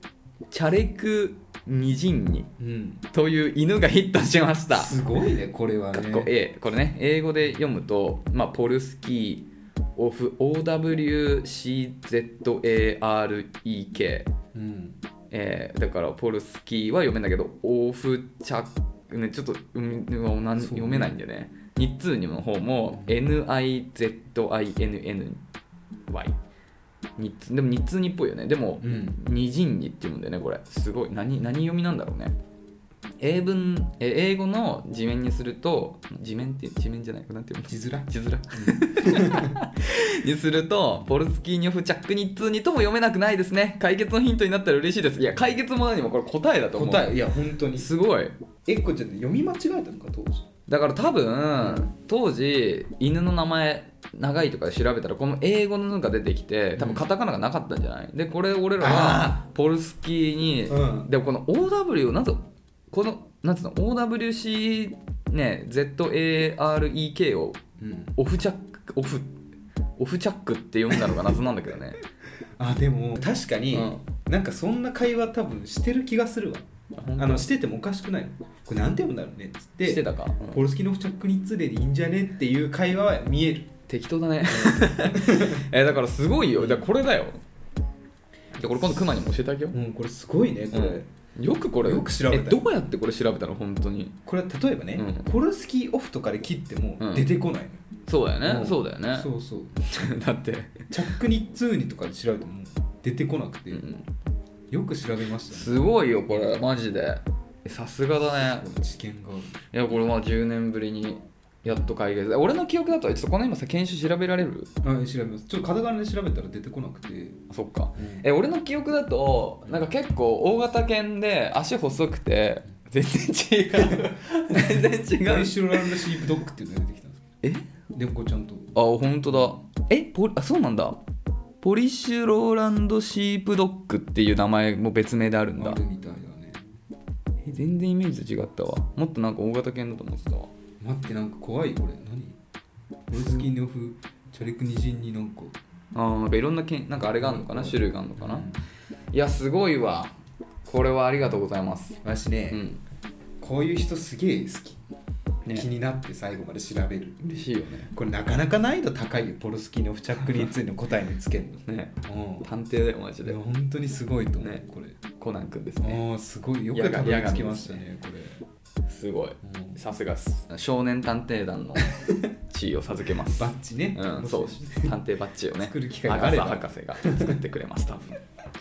Speaker 2: チャレクニジンニ
Speaker 1: うん
Speaker 2: という犬がヒットしました
Speaker 1: すごいねこれは
Speaker 2: かっこ
Speaker 1: ね
Speaker 2: A これね英語で読むと、まあ、ポルスキーオフ OWCZAREK、
Speaker 1: うん
Speaker 2: えーだからポルスキーは読めんだけどオフチャねちょっと、うんうんなん
Speaker 1: そうね
Speaker 2: 読めないんだよね日通にの方も NIZINNY 日通でも日通にっぽいよねでも、
Speaker 1: うん
Speaker 2: 二人にっていうんだよねこれすごい何何読みなんだろうね英文え英語の字面にすると字面って字面じゃないなんていうの
Speaker 1: 字面
Speaker 2: 字面 <laughs> にするとポルスキーニョフチャックニッツーニとも読めなくないですね解決のヒントになったら嬉しいですいや解決も何もこれ答えだと思う
Speaker 1: 答えいや本当に
Speaker 2: すごい
Speaker 1: えこれちょっと読み間違えたのか当時
Speaker 2: だから多分当時犬の名前長いとかで調べたらこの英語ののが出てきて多分カタカナがなかったんじゃないでこれ俺らは
Speaker 1: あ
Speaker 2: ポルスキーに
Speaker 1: うん
Speaker 2: でもこの OW なんとこのなんつうの OWC ね ZAREK を
Speaker 1: うん
Speaker 2: オフチャックオフオフチャックって読んだのが謎なんだけどね
Speaker 1: あでも確かに
Speaker 2: うん
Speaker 1: なんかそんな会話多分してる気がするわ <laughs> あのしててもおかしくないのこれなんて読むんだろうねっつっ
Speaker 2: で
Speaker 1: て
Speaker 2: してたか、うん
Speaker 1: ポルスキーノフチャックニッツーレでいいんじゃねっていう会話は見える
Speaker 2: 適当だね <laughs> えだからすごいよだからこれだよじゃあこれ今度クマにも教えてあげよ
Speaker 1: うんこれすごいねこれ、
Speaker 2: うよくこれ
Speaker 1: よく調べたよ
Speaker 2: えどうやってこれ調べたの本当に
Speaker 1: これは例えばね、
Speaker 2: うん
Speaker 1: ポルスキーオフとかで切っても
Speaker 2: うん
Speaker 1: 出てこないの、
Speaker 2: そうだよね、
Speaker 1: ん
Speaker 2: そうだよね
Speaker 1: そうそう
Speaker 2: <laughs> だって、
Speaker 1: チャックニッツーニとかで調べても出てこなくて、
Speaker 2: うん
Speaker 1: よく調べましたね
Speaker 2: すごいよこれマジでえさすがだね
Speaker 1: この知見がある
Speaker 2: いやこれは10年ぶりにやっと解決俺の記憶だとちょっとこの今さ研修調べられる
Speaker 1: あ調べますちょっと片仮名で調べたら出てこなくて、
Speaker 2: あそっか
Speaker 1: え
Speaker 2: え俺の記憶だとなんか結構大型犬で足細くて全然違う <laughs> 全然違
Speaker 1: ガ
Speaker 2: う
Speaker 1: イシュロランドシープドッグっていうのが出てきたんです
Speaker 2: え
Speaker 1: でもこれちゃんと
Speaker 2: あ本当だえポリあそうなんだポリッシュローランドシープドッグっていう名前も別名であるん
Speaker 1: あ
Speaker 2: だ
Speaker 1: るみたいだね
Speaker 2: え全然イメージと違ったわもっとなんか大型犬だと思ってたわ
Speaker 1: 待ってなんか怖いこれ何ポルスキーノフチャレクニジンになんか
Speaker 2: あーなんかいろんな犬なんかあれがあるのかな種類があるのかな、
Speaker 1: うん
Speaker 2: いやすごいわこれはありがとうございます
Speaker 1: 私ね、
Speaker 2: うん
Speaker 1: こういう人すげえ好き、
Speaker 2: ね
Speaker 1: 気になって最後まで調べる
Speaker 2: 嬉しいよね
Speaker 1: これなかなか難易度高いよポルスキーの付着についての答え見つけるの
Speaker 2: ね
Speaker 1: うん
Speaker 2: 探偵だよマジ
Speaker 1: い
Speaker 2: で
Speaker 1: や本当にすごいと思う、
Speaker 2: ね
Speaker 1: これ
Speaker 2: コナン君ですね
Speaker 1: ああすごいよくたどり着きましたねこれ
Speaker 2: すごい
Speaker 1: うん
Speaker 2: さすがっす少年探偵団の地位を授けます
Speaker 1: バッチね
Speaker 2: うん、そう探偵バッジをね
Speaker 1: 作る機会があれば
Speaker 2: アガサ博士が作ってくれます多分 <laughs>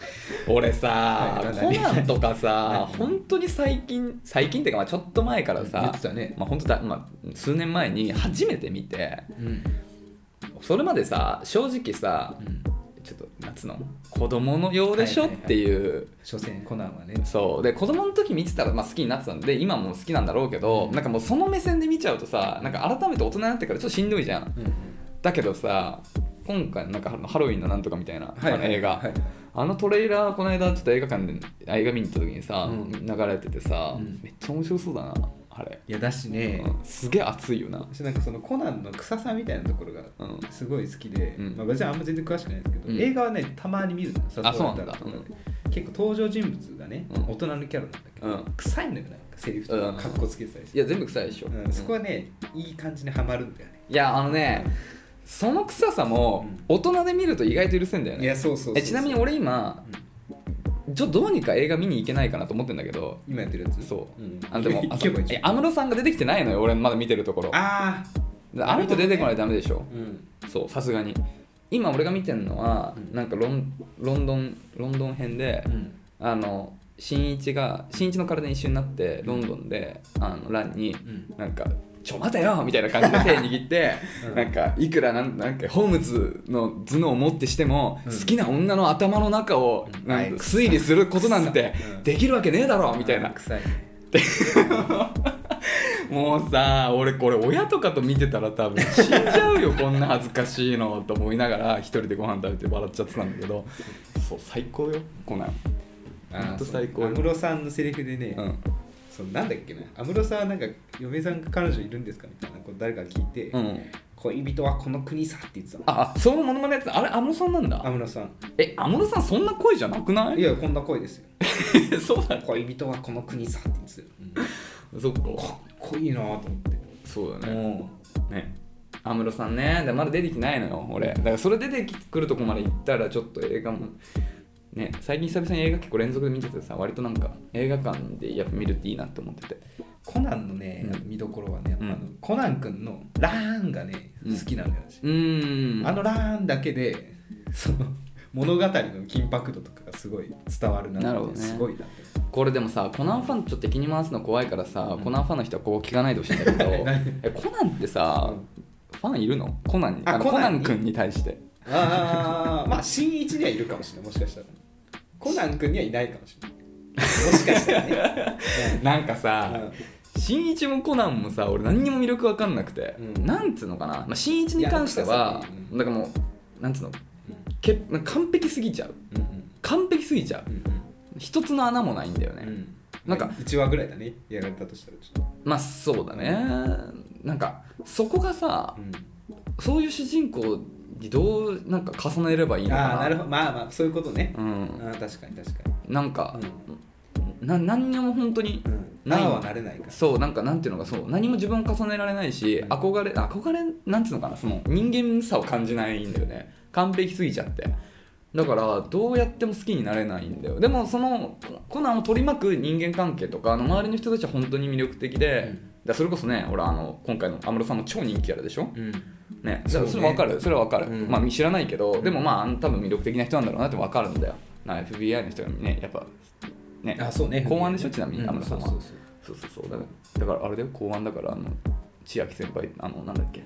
Speaker 2: 俺さ
Speaker 1: はい
Speaker 2: コナンとか
Speaker 1: は
Speaker 2: さ
Speaker 1: い
Speaker 2: 本当に最近最近っていうかまあちょっと前から
Speaker 1: 言
Speaker 2: さ
Speaker 1: ってたね
Speaker 2: まあ本当だ、まあ、数年前に初めて見て
Speaker 1: うん
Speaker 2: それまでさ正直さ
Speaker 1: うん
Speaker 2: ちょっと夏の子供のようでしょ
Speaker 1: は
Speaker 2: っ
Speaker 1: いはいはい
Speaker 2: ていう、
Speaker 1: 所詮コナンはね
Speaker 2: そうで子供の時見てたらまあ好きになってたんで今も好きなんだろうけどなんかもうその目線で見ちゃうとさなんか改めて大人になってからちょっとしんどいじゃん
Speaker 1: うんうん
Speaker 2: だけどさ今回なんかハロウィンのなんとかみたいな、
Speaker 1: はい
Speaker 2: あの映画、
Speaker 1: はい
Speaker 2: あのトレーラーこの間ちょっと映画館で映画見に行った時にさ、
Speaker 1: うん
Speaker 2: 流れててさ、
Speaker 1: うん
Speaker 2: めっちゃ面白そうだなあれ、
Speaker 1: いやだしね
Speaker 2: うんすげえ熱いよな
Speaker 1: 私なんかそのコナンの臭さみたいなところが
Speaker 2: うん
Speaker 1: すごい好きで、
Speaker 2: うん
Speaker 1: まあ、別にあんま全然詳しくないですけど、
Speaker 2: うん
Speaker 1: 映画はねたまに見るのよ
Speaker 2: あそうなんだ
Speaker 1: 誘われたらとかで結構登場人物がね、
Speaker 2: うん
Speaker 1: 大人のキャラなんだけど、
Speaker 2: うん
Speaker 1: 臭いのよなんかセリフと
Speaker 2: う
Speaker 1: か
Speaker 2: ん
Speaker 1: かっこつけてたりし
Speaker 2: い
Speaker 1: て、
Speaker 2: や全部臭いでしょ、
Speaker 1: うんそこはねいい感じにはまるんだよね、
Speaker 2: いやあのねその臭さも
Speaker 1: うん
Speaker 2: 大人で見ると意外と許せんだよ
Speaker 1: い
Speaker 2: ね、
Speaker 1: やそうそうそう
Speaker 2: えちなみに俺今ちょっとどうにか映画見に行けないかなと思ってんだけど
Speaker 1: 今やってるやつ
Speaker 2: そう、
Speaker 1: ん、
Speaker 2: あでも
Speaker 1: 行
Speaker 2: あ
Speaker 1: けばいい
Speaker 2: え
Speaker 1: じゃん
Speaker 2: 安室さんが出てきてないのよ俺まだ見てるところ
Speaker 1: あ
Speaker 2: あの人出てこないとダメでしょ、
Speaker 1: ーうん
Speaker 2: そうさすがに今俺が見てるのは、
Speaker 1: うん
Speaker 2: なんかロンロンドンロンドン編で、
Speaker 1: うん
Speaker 2: あの新一が新一の体に一緒になってロンドンであのランに
Speaker 1: うん
Speaker 2: なんか「ちょ待てよ!」みたいな感じで
Speaker 1: <laughs>
Speaker 2: 手握って、
Speaker 1: うん
Speaker 2: なんかいくらなんなんかホームズの頭脳を持ってしても、
Speaker 1: うん
Speaker 2: 好きな女の頭の中を
Speaker 1: うん
Speaker 2: なん
Speaker 1: はい
Speaker 2: か推理することなんて
Speaker 1: うん
Speaker 2: できるわけねえだろみたいな、
Speaker 1: 臭い
Speaker 2: もうさ俺これ親とかと見てたら多分死んじゃうよこんな恥ずかしいのと思いながら一人でご飯食べて笑っちゃってたんだけどそう最高よコナン
Speaker 1: あー
Speaker 2: ほんと最高
Speaker 1: そう安室さんのセリフでね、
Speaker 2: うん
Speaker 1: そのなんだっけな安室さんはなんか嫁さんが彼女いるんですかみたいなこと誰かが聞いて、
Speaker 2: うん
Speaker 1: 恋人はこの国さって言ってたの
Speaker 2: ああそのモノマネやつあれ安室さんなんだ
Speaker 1: 安室さん
Speaker 2: え安室さんそんな声じゃなくない
Speaker 1: いやこんな声ですよ
Speaker 2: そうだ
Speaker 1: 恋人はこの国さって言ってたよ、
Speaker 2: <laughs> そっか
Speaker 1: 濃いなと思っ
Speaker 2: そう
Speaker 1: て
Speaker 2: だね
Speaker 1: も
Speaker 2: ね安室さんねでまだ出てきてないのよ俺だからそれ出てくるとこまで行ったらちょっと映画もね最近久々に映画結構連続で見ててさ割となんか映画館でやっぱ見るっていいなって思ってて
Speaker 1: うコナンのね、
Speaker 2: うん
Speaker 1: 見どころはねやっぱあの、
Speaker 2: うん
Speaker 1: コナン君のラーンがね
Speaker 2: うん
Speaker 1: 好きなのよ、私
Speaker 2: うーん
Speaker 1: あのラーンだけでその物語の緊迫度とかがすごい伝わるなって
Speaker 2: なるほどね
Speaker 1: すごいなって
Speaker 2: これでもさコナンファンちょっと敵に回すの怖いからさ、
Speaker 1: うん
Speaker 2: コナンファンの人はここ聞か <laughs> ないでほしいんだけど
Speaker 1: 何
Speaker 2: えコナンってさ、ファンいるのコナンに
Speaker 1: あ
Speaker 2: あの
Speaker 1: コ
Speaker 2: コ
Speaker 1: ナ
Speaker 2: ナ
Speaker 1: ンに
Speaker 2: ン君に対して
Speaker 1: ああ <laughs> まあ新一にはいるかもしれないもしかしたらコナン君にはいないかもしれないもしかしたら
Speaker 2: <laughs>
Speaker 1: ね、
Speaker 2: なんか
Speaker 1: う
Speaker 2: さ、
Speaker 1: んうん
Speaker 2: 新一もコナンもさ俺何にも魅力わかんなくて、
Speaker 1: うん
Speaker 2: なんつうのかな、まあ、新一に関しては
Speaker 1: やなんかさ
Speaker 2: なんかもうなんつうのけなんか完璧すぎちゃう
Speaker 1: うんうん
Speaker 2: 完璧すぎちゃう
Speaker 1: うんうん
Speaker 2: 一つの穴もないんだよね、
Speaker 1: うん
Speaker 2: なんか
Speaker 1: 1話ぐらいだねやられたとしたらちょっ
Speaker 2: まあそうだね、なんかそこがさ
Speaker 1: と、うん
Speaker 2: そういう主人公にどうなんか重ねればいいのか
Speaker 1: ああ
Speaker 2: な
Speaker 1: なるほどまあまあそういうことね、
Speaker 2: うん
Speaker 1: ああ確かに確かに
Speaker 2: なんか、
Speaker 1: う
Speaker 2: な何にも本当に
Speaker 1: ん、うん、
Speaker 2: ない
Speaker 1: ああはなれないから
Speaker 2: そうなんかなんていうのかそう何も自分を重ねられないし
Speaker 1: ん
Speaker 2: 憧れ憧れなんていうのかなその人間さを感じないんだよね完璧すぎちゃってだからどうやっても好きになれないんだよでもそのコナンを取り巻く人間関係とかあの周りの人たちは本当に魅力的で、
Speaker 1: うん
Speaker 2: だからそれこそね俺あの今回の安室さんも超人気あるでしょ
Speaker 1: うん
Speaker 2: ね
Speaker 1: そうね
Speaker 2: それわかるそれはわかる、
Speaker 1: うん
Speaker 2: まあ知らないけど、
Speaker 1: ん
Speaker 2: でもまああの多分魅力的な人なんだろうなってわかるんだよな FBI の人がねやっぱね
Speaker 1: あそうね
Speaker 2: 公安でしょちなみに
Speaker 1: うん
Speaker 2: 安室さんは
Speaker 1: そうそうそう
Speaker 2: そうそうそうだからだからあれだよ公安だからあの千秋先輩あのなんだっけ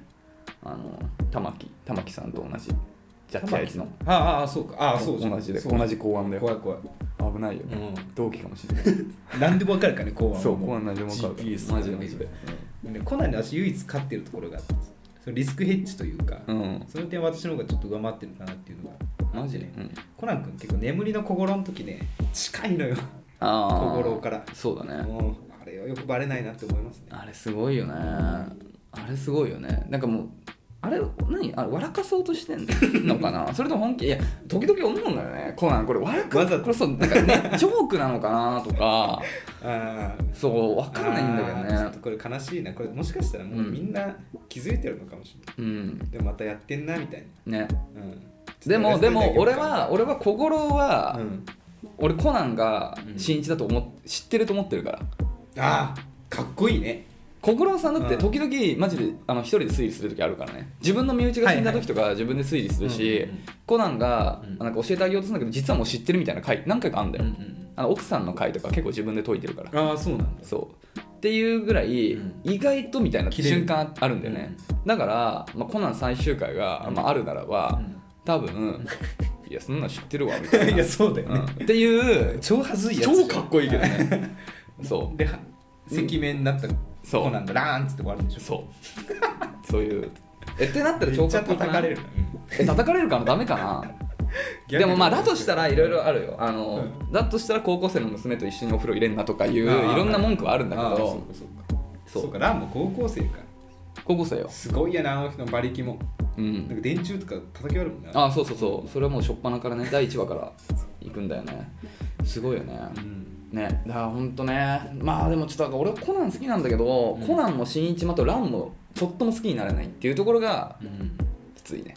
Speaker 2: あの玉木玉木さんと同じジャッジアイズの
Speaker 1: ああああそうかああそうそう
Speaker 2: 同じで
Speaker 1: そう
Speaker 2: 同じ公安だよ
Speaker 1: 怖い怖い、
Speaker 2: 危ないよ、
Speaker 1: う
Speaker 2: 同期かもしれ <laughs> ない
Speaker 1: ん、何でも分かるからね公安
Speaker 2: そう公安何でも分かる
Speaker 1: GPS
Speaker 2: マジでマジで
Speaker 1: ねコナンで私唯一勝ってるところがあってそのリスクヘッジというか、
Speaker 2: うん、うん、
Speaker 1: その点私の方がちょっと上回ってるかなっていうのが
Speaker 2: マジで、うん、
Speaker 1: コナン君結構眠りの小頃の時ね近いのよ
Speaker 2: ああ
Speaker 1: 小五郎から
Speaker 2: そうだね
Speaker 1: もうあれはよくバレないなって思いますね
Speaker 2: あれすごいよねあれすごいよねなんかもうあれ何あれ笑かそうとしてんのか
Speaker 1: <laughs>
Speaker 2: なそれとも本気いや時々思うんだよねコナンこれ笑か
Speaker 1: わざと
Speaker 2: これそうなんかねジョークなのかなとか
Speaker 1: ああ
Speaker 2: そう分かんないんだけ
Speaker 1: あーちょっ
Speaker 2: ど
Speaker 1: と
Speaker 2: ね
Speaker 1: これ悲しいなこれもしかしたらもううんみんな気づいてるのかもしれない、
Speaker 2: うん
Speaker 1: でもまたやってんなみたいな、
Speaker 2: ね
Speaker 1: うん、
Speaker 2: でもでも俺
Speaker 1: ち
Speaker 2: は俺は小五郎
Speaker 1: ょっと
Speaker 2: は、
Speaker 1: やらせていただけようかな、うん、
Speaker 2: 俺コナンが
Speaker 1: うん
Speaker 2: 新一だと思っ知ってると思ってるから
Speaker 1: ああかっこいいね
Speaker 2: 小五郎さんだって
Speaker 1: うん
Speaker 2: 時々マジであの一人で推理する時あるからね自分の身内が死んだ時とか自分で推理するし、
Speaker 1: うんうんうん
Speaker 2: コナンが
Speaker 1: うん
Speaker 2: なんか教えてあげようとするんだけど実はもう知ってるみたいな回何回かあんだよ、あの奥さんの回とか結構自分で解いてるから
Speaker 1: ああそうなんだ
Speaker 2: そうっていうぐらい、
Speaker 1: うん
Speaker 2: 意外とみたいな
Speaker 1: 切れる
Speaker 2: 瞬間あるんだよね、だから、まあ、コナン最終回が、まあ、あるならば、多
Speaker 1: <laughs>
Speaker 2: 分いやそんなん知ってるわみたいない
Speaker 1: やそうだよ
Speaker 2: うん
Speaker 1: ね、
Speaker 2: っていう
Speaker 1: 超はずいやつ
Speaker 2: 超かっこいいけどね <laughs> そ
Speaker 1: では赤面になった
Speaker 2: そう
Speaker 1: コナンがラーンっつって終わるんでし
Speaker 2: う
Speaker 1: ょ
Speaker 2: そう <laughs> そういうえってなったら
Speaker 1: め
Speaker 2: 超
Speaker 1: っち
Speaker 2: か
Speaker 1: ゃ
Speaker 2: っこいい
Speaker 1: 叩
Speaker 2: な
Speaker 1: かれる
Speaker 2: え叩かれるかなダメかなでもまあだとしたらいろいろあるよあの、だとしたら高校生の娘と一緒にお風呂入れんなとかいうい
Speaker 1: あー
Speaker 2: ろんな文句はあるんだけ
Speaker 1: ああそう
Speaker 2: ど
Speaker 1: かそうか
Speaker 2: そ
Speaker 1: そううかランも高校生か
Speaker 2: 高校生よ
Speaker 1: すごいやなあの人の馬力も
Speaker 2: う
Speaker 1: なん
Speaker 2: ん
Speaker 1: か電柱とか叩き割るもんね
Speaker 2: あそうそうそうそれはもう初っ端からね第1話から行くんだよねすごいよね
Speaker 1: うん
Speaker 2: ねだからほんとねまあでもちょっとなんか俺はコナン好きなんだけど、
Speaker 1: うん
Speaker 2: コナンも新一まとランもちょっとも好きになれないっていうところが
Speaker 1: うん
Speaker 2: きついね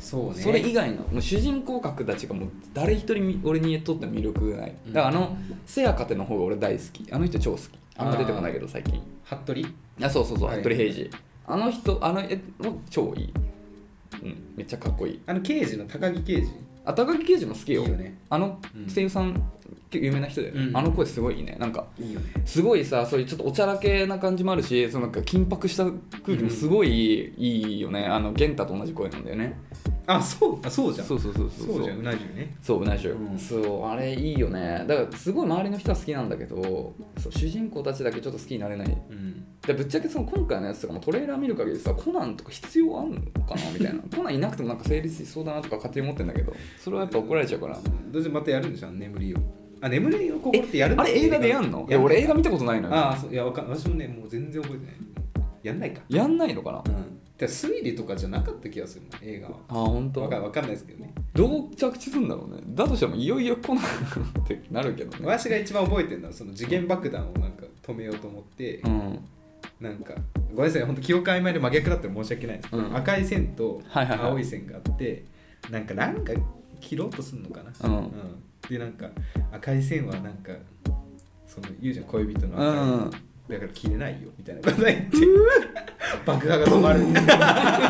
Speaker 1: そうね
Speaker 2: それ以外のもう主人公格たちがもう誰一人み俺にとって魅力がないだからあのせやかての方が俺大好きあの人超好きあんま出てこないけど最近
Speaker 1: 服部
Speaker 2: あそうそうそう
Speaker 1: はい
Speaker 2: 服部平次あの人あの絵も超いいうんめっちゃかっこいい
Speaker 1: あの刑事の高木刑事
Speaker 2: あ高木刑事も好き
Speaker 1: いい
Speaker 2: よ
Speaker 1: よね
Speaker 2: あの
Speaker 1: うん
Speaker 2: 声優さん、結構有名な人だよね、
Speaker 1: うん
Speaker 2: あの声すごいいいねなんか
Speaker 1: いいよね
Speaker 2: すごいさそういうちょっとおちゃらけな感じもあるしそのなんか緊迫した空気もすごいいいよね、あの玄太と同じ声なんだよね
Speaker 1: あそうあそうじゃん
Speaker 2: そうそうそうそう
Speaker 1: そうじゃんうな重ね
Speaker 2: そううな重、
Speaker 1: うん
Speaker 2: そうあれいいよねだからすごい周りの人は好きなんだけどそう主人公たちだけちょっと好きになれない
Speaker 1: うん
Speaker 2: でぶっちゃけその今回のやつとかもトレーラー見る限りさコナンとか必要あんのかなみ <laughs> たいなコナンいなくてもなんか成立しそうだなとか勝手に思ってんだけどそれはやっぱ怒られちゃうから
Speaker 1: どうせまたやるんじゃん眠りをあ眠りをここってやるん
Speaker 2: あ
Speaker 1: だ
Speaker 2: れ映画でやんのえ
Speaker 1: る
Speaker 2: 俺映画見たことないのよ
Speaker 1: ああそういやわかん私もねもう全然覚えてないやんないか
Speaker 2: やんないのかな
Speaker 1: うんてか推理とかじゃなかった気がするな映画は
Speaker 2: あ本当
Speaker 1: わかわかんないですけどね
Speaker 2: どう着地するんだろうねだとしてもいよいよコナンってなるけどね
Speaker 1: 私が一番覚えてるのはその次元爆弾をなんか止めようと思って、
Speaker 2: うん
Speaker 1: なんかごめんなさい本当記憶曖昧で真逆だったら申し訳ないです、
Speaker 2: うん
Speaker 1: 赤い線と
Speaker 2: はいはいはい
Speaker 1: 青い線があって、なんかなんか切ろうとするのかな、
Speaker 2: うん
Speaker 1: でなんか赤い線はなんかその言うじゃん恋人の赤い、
Speaker 2: うん
Speaker 1: だから切れないよみたいなこと言って爆破が止まる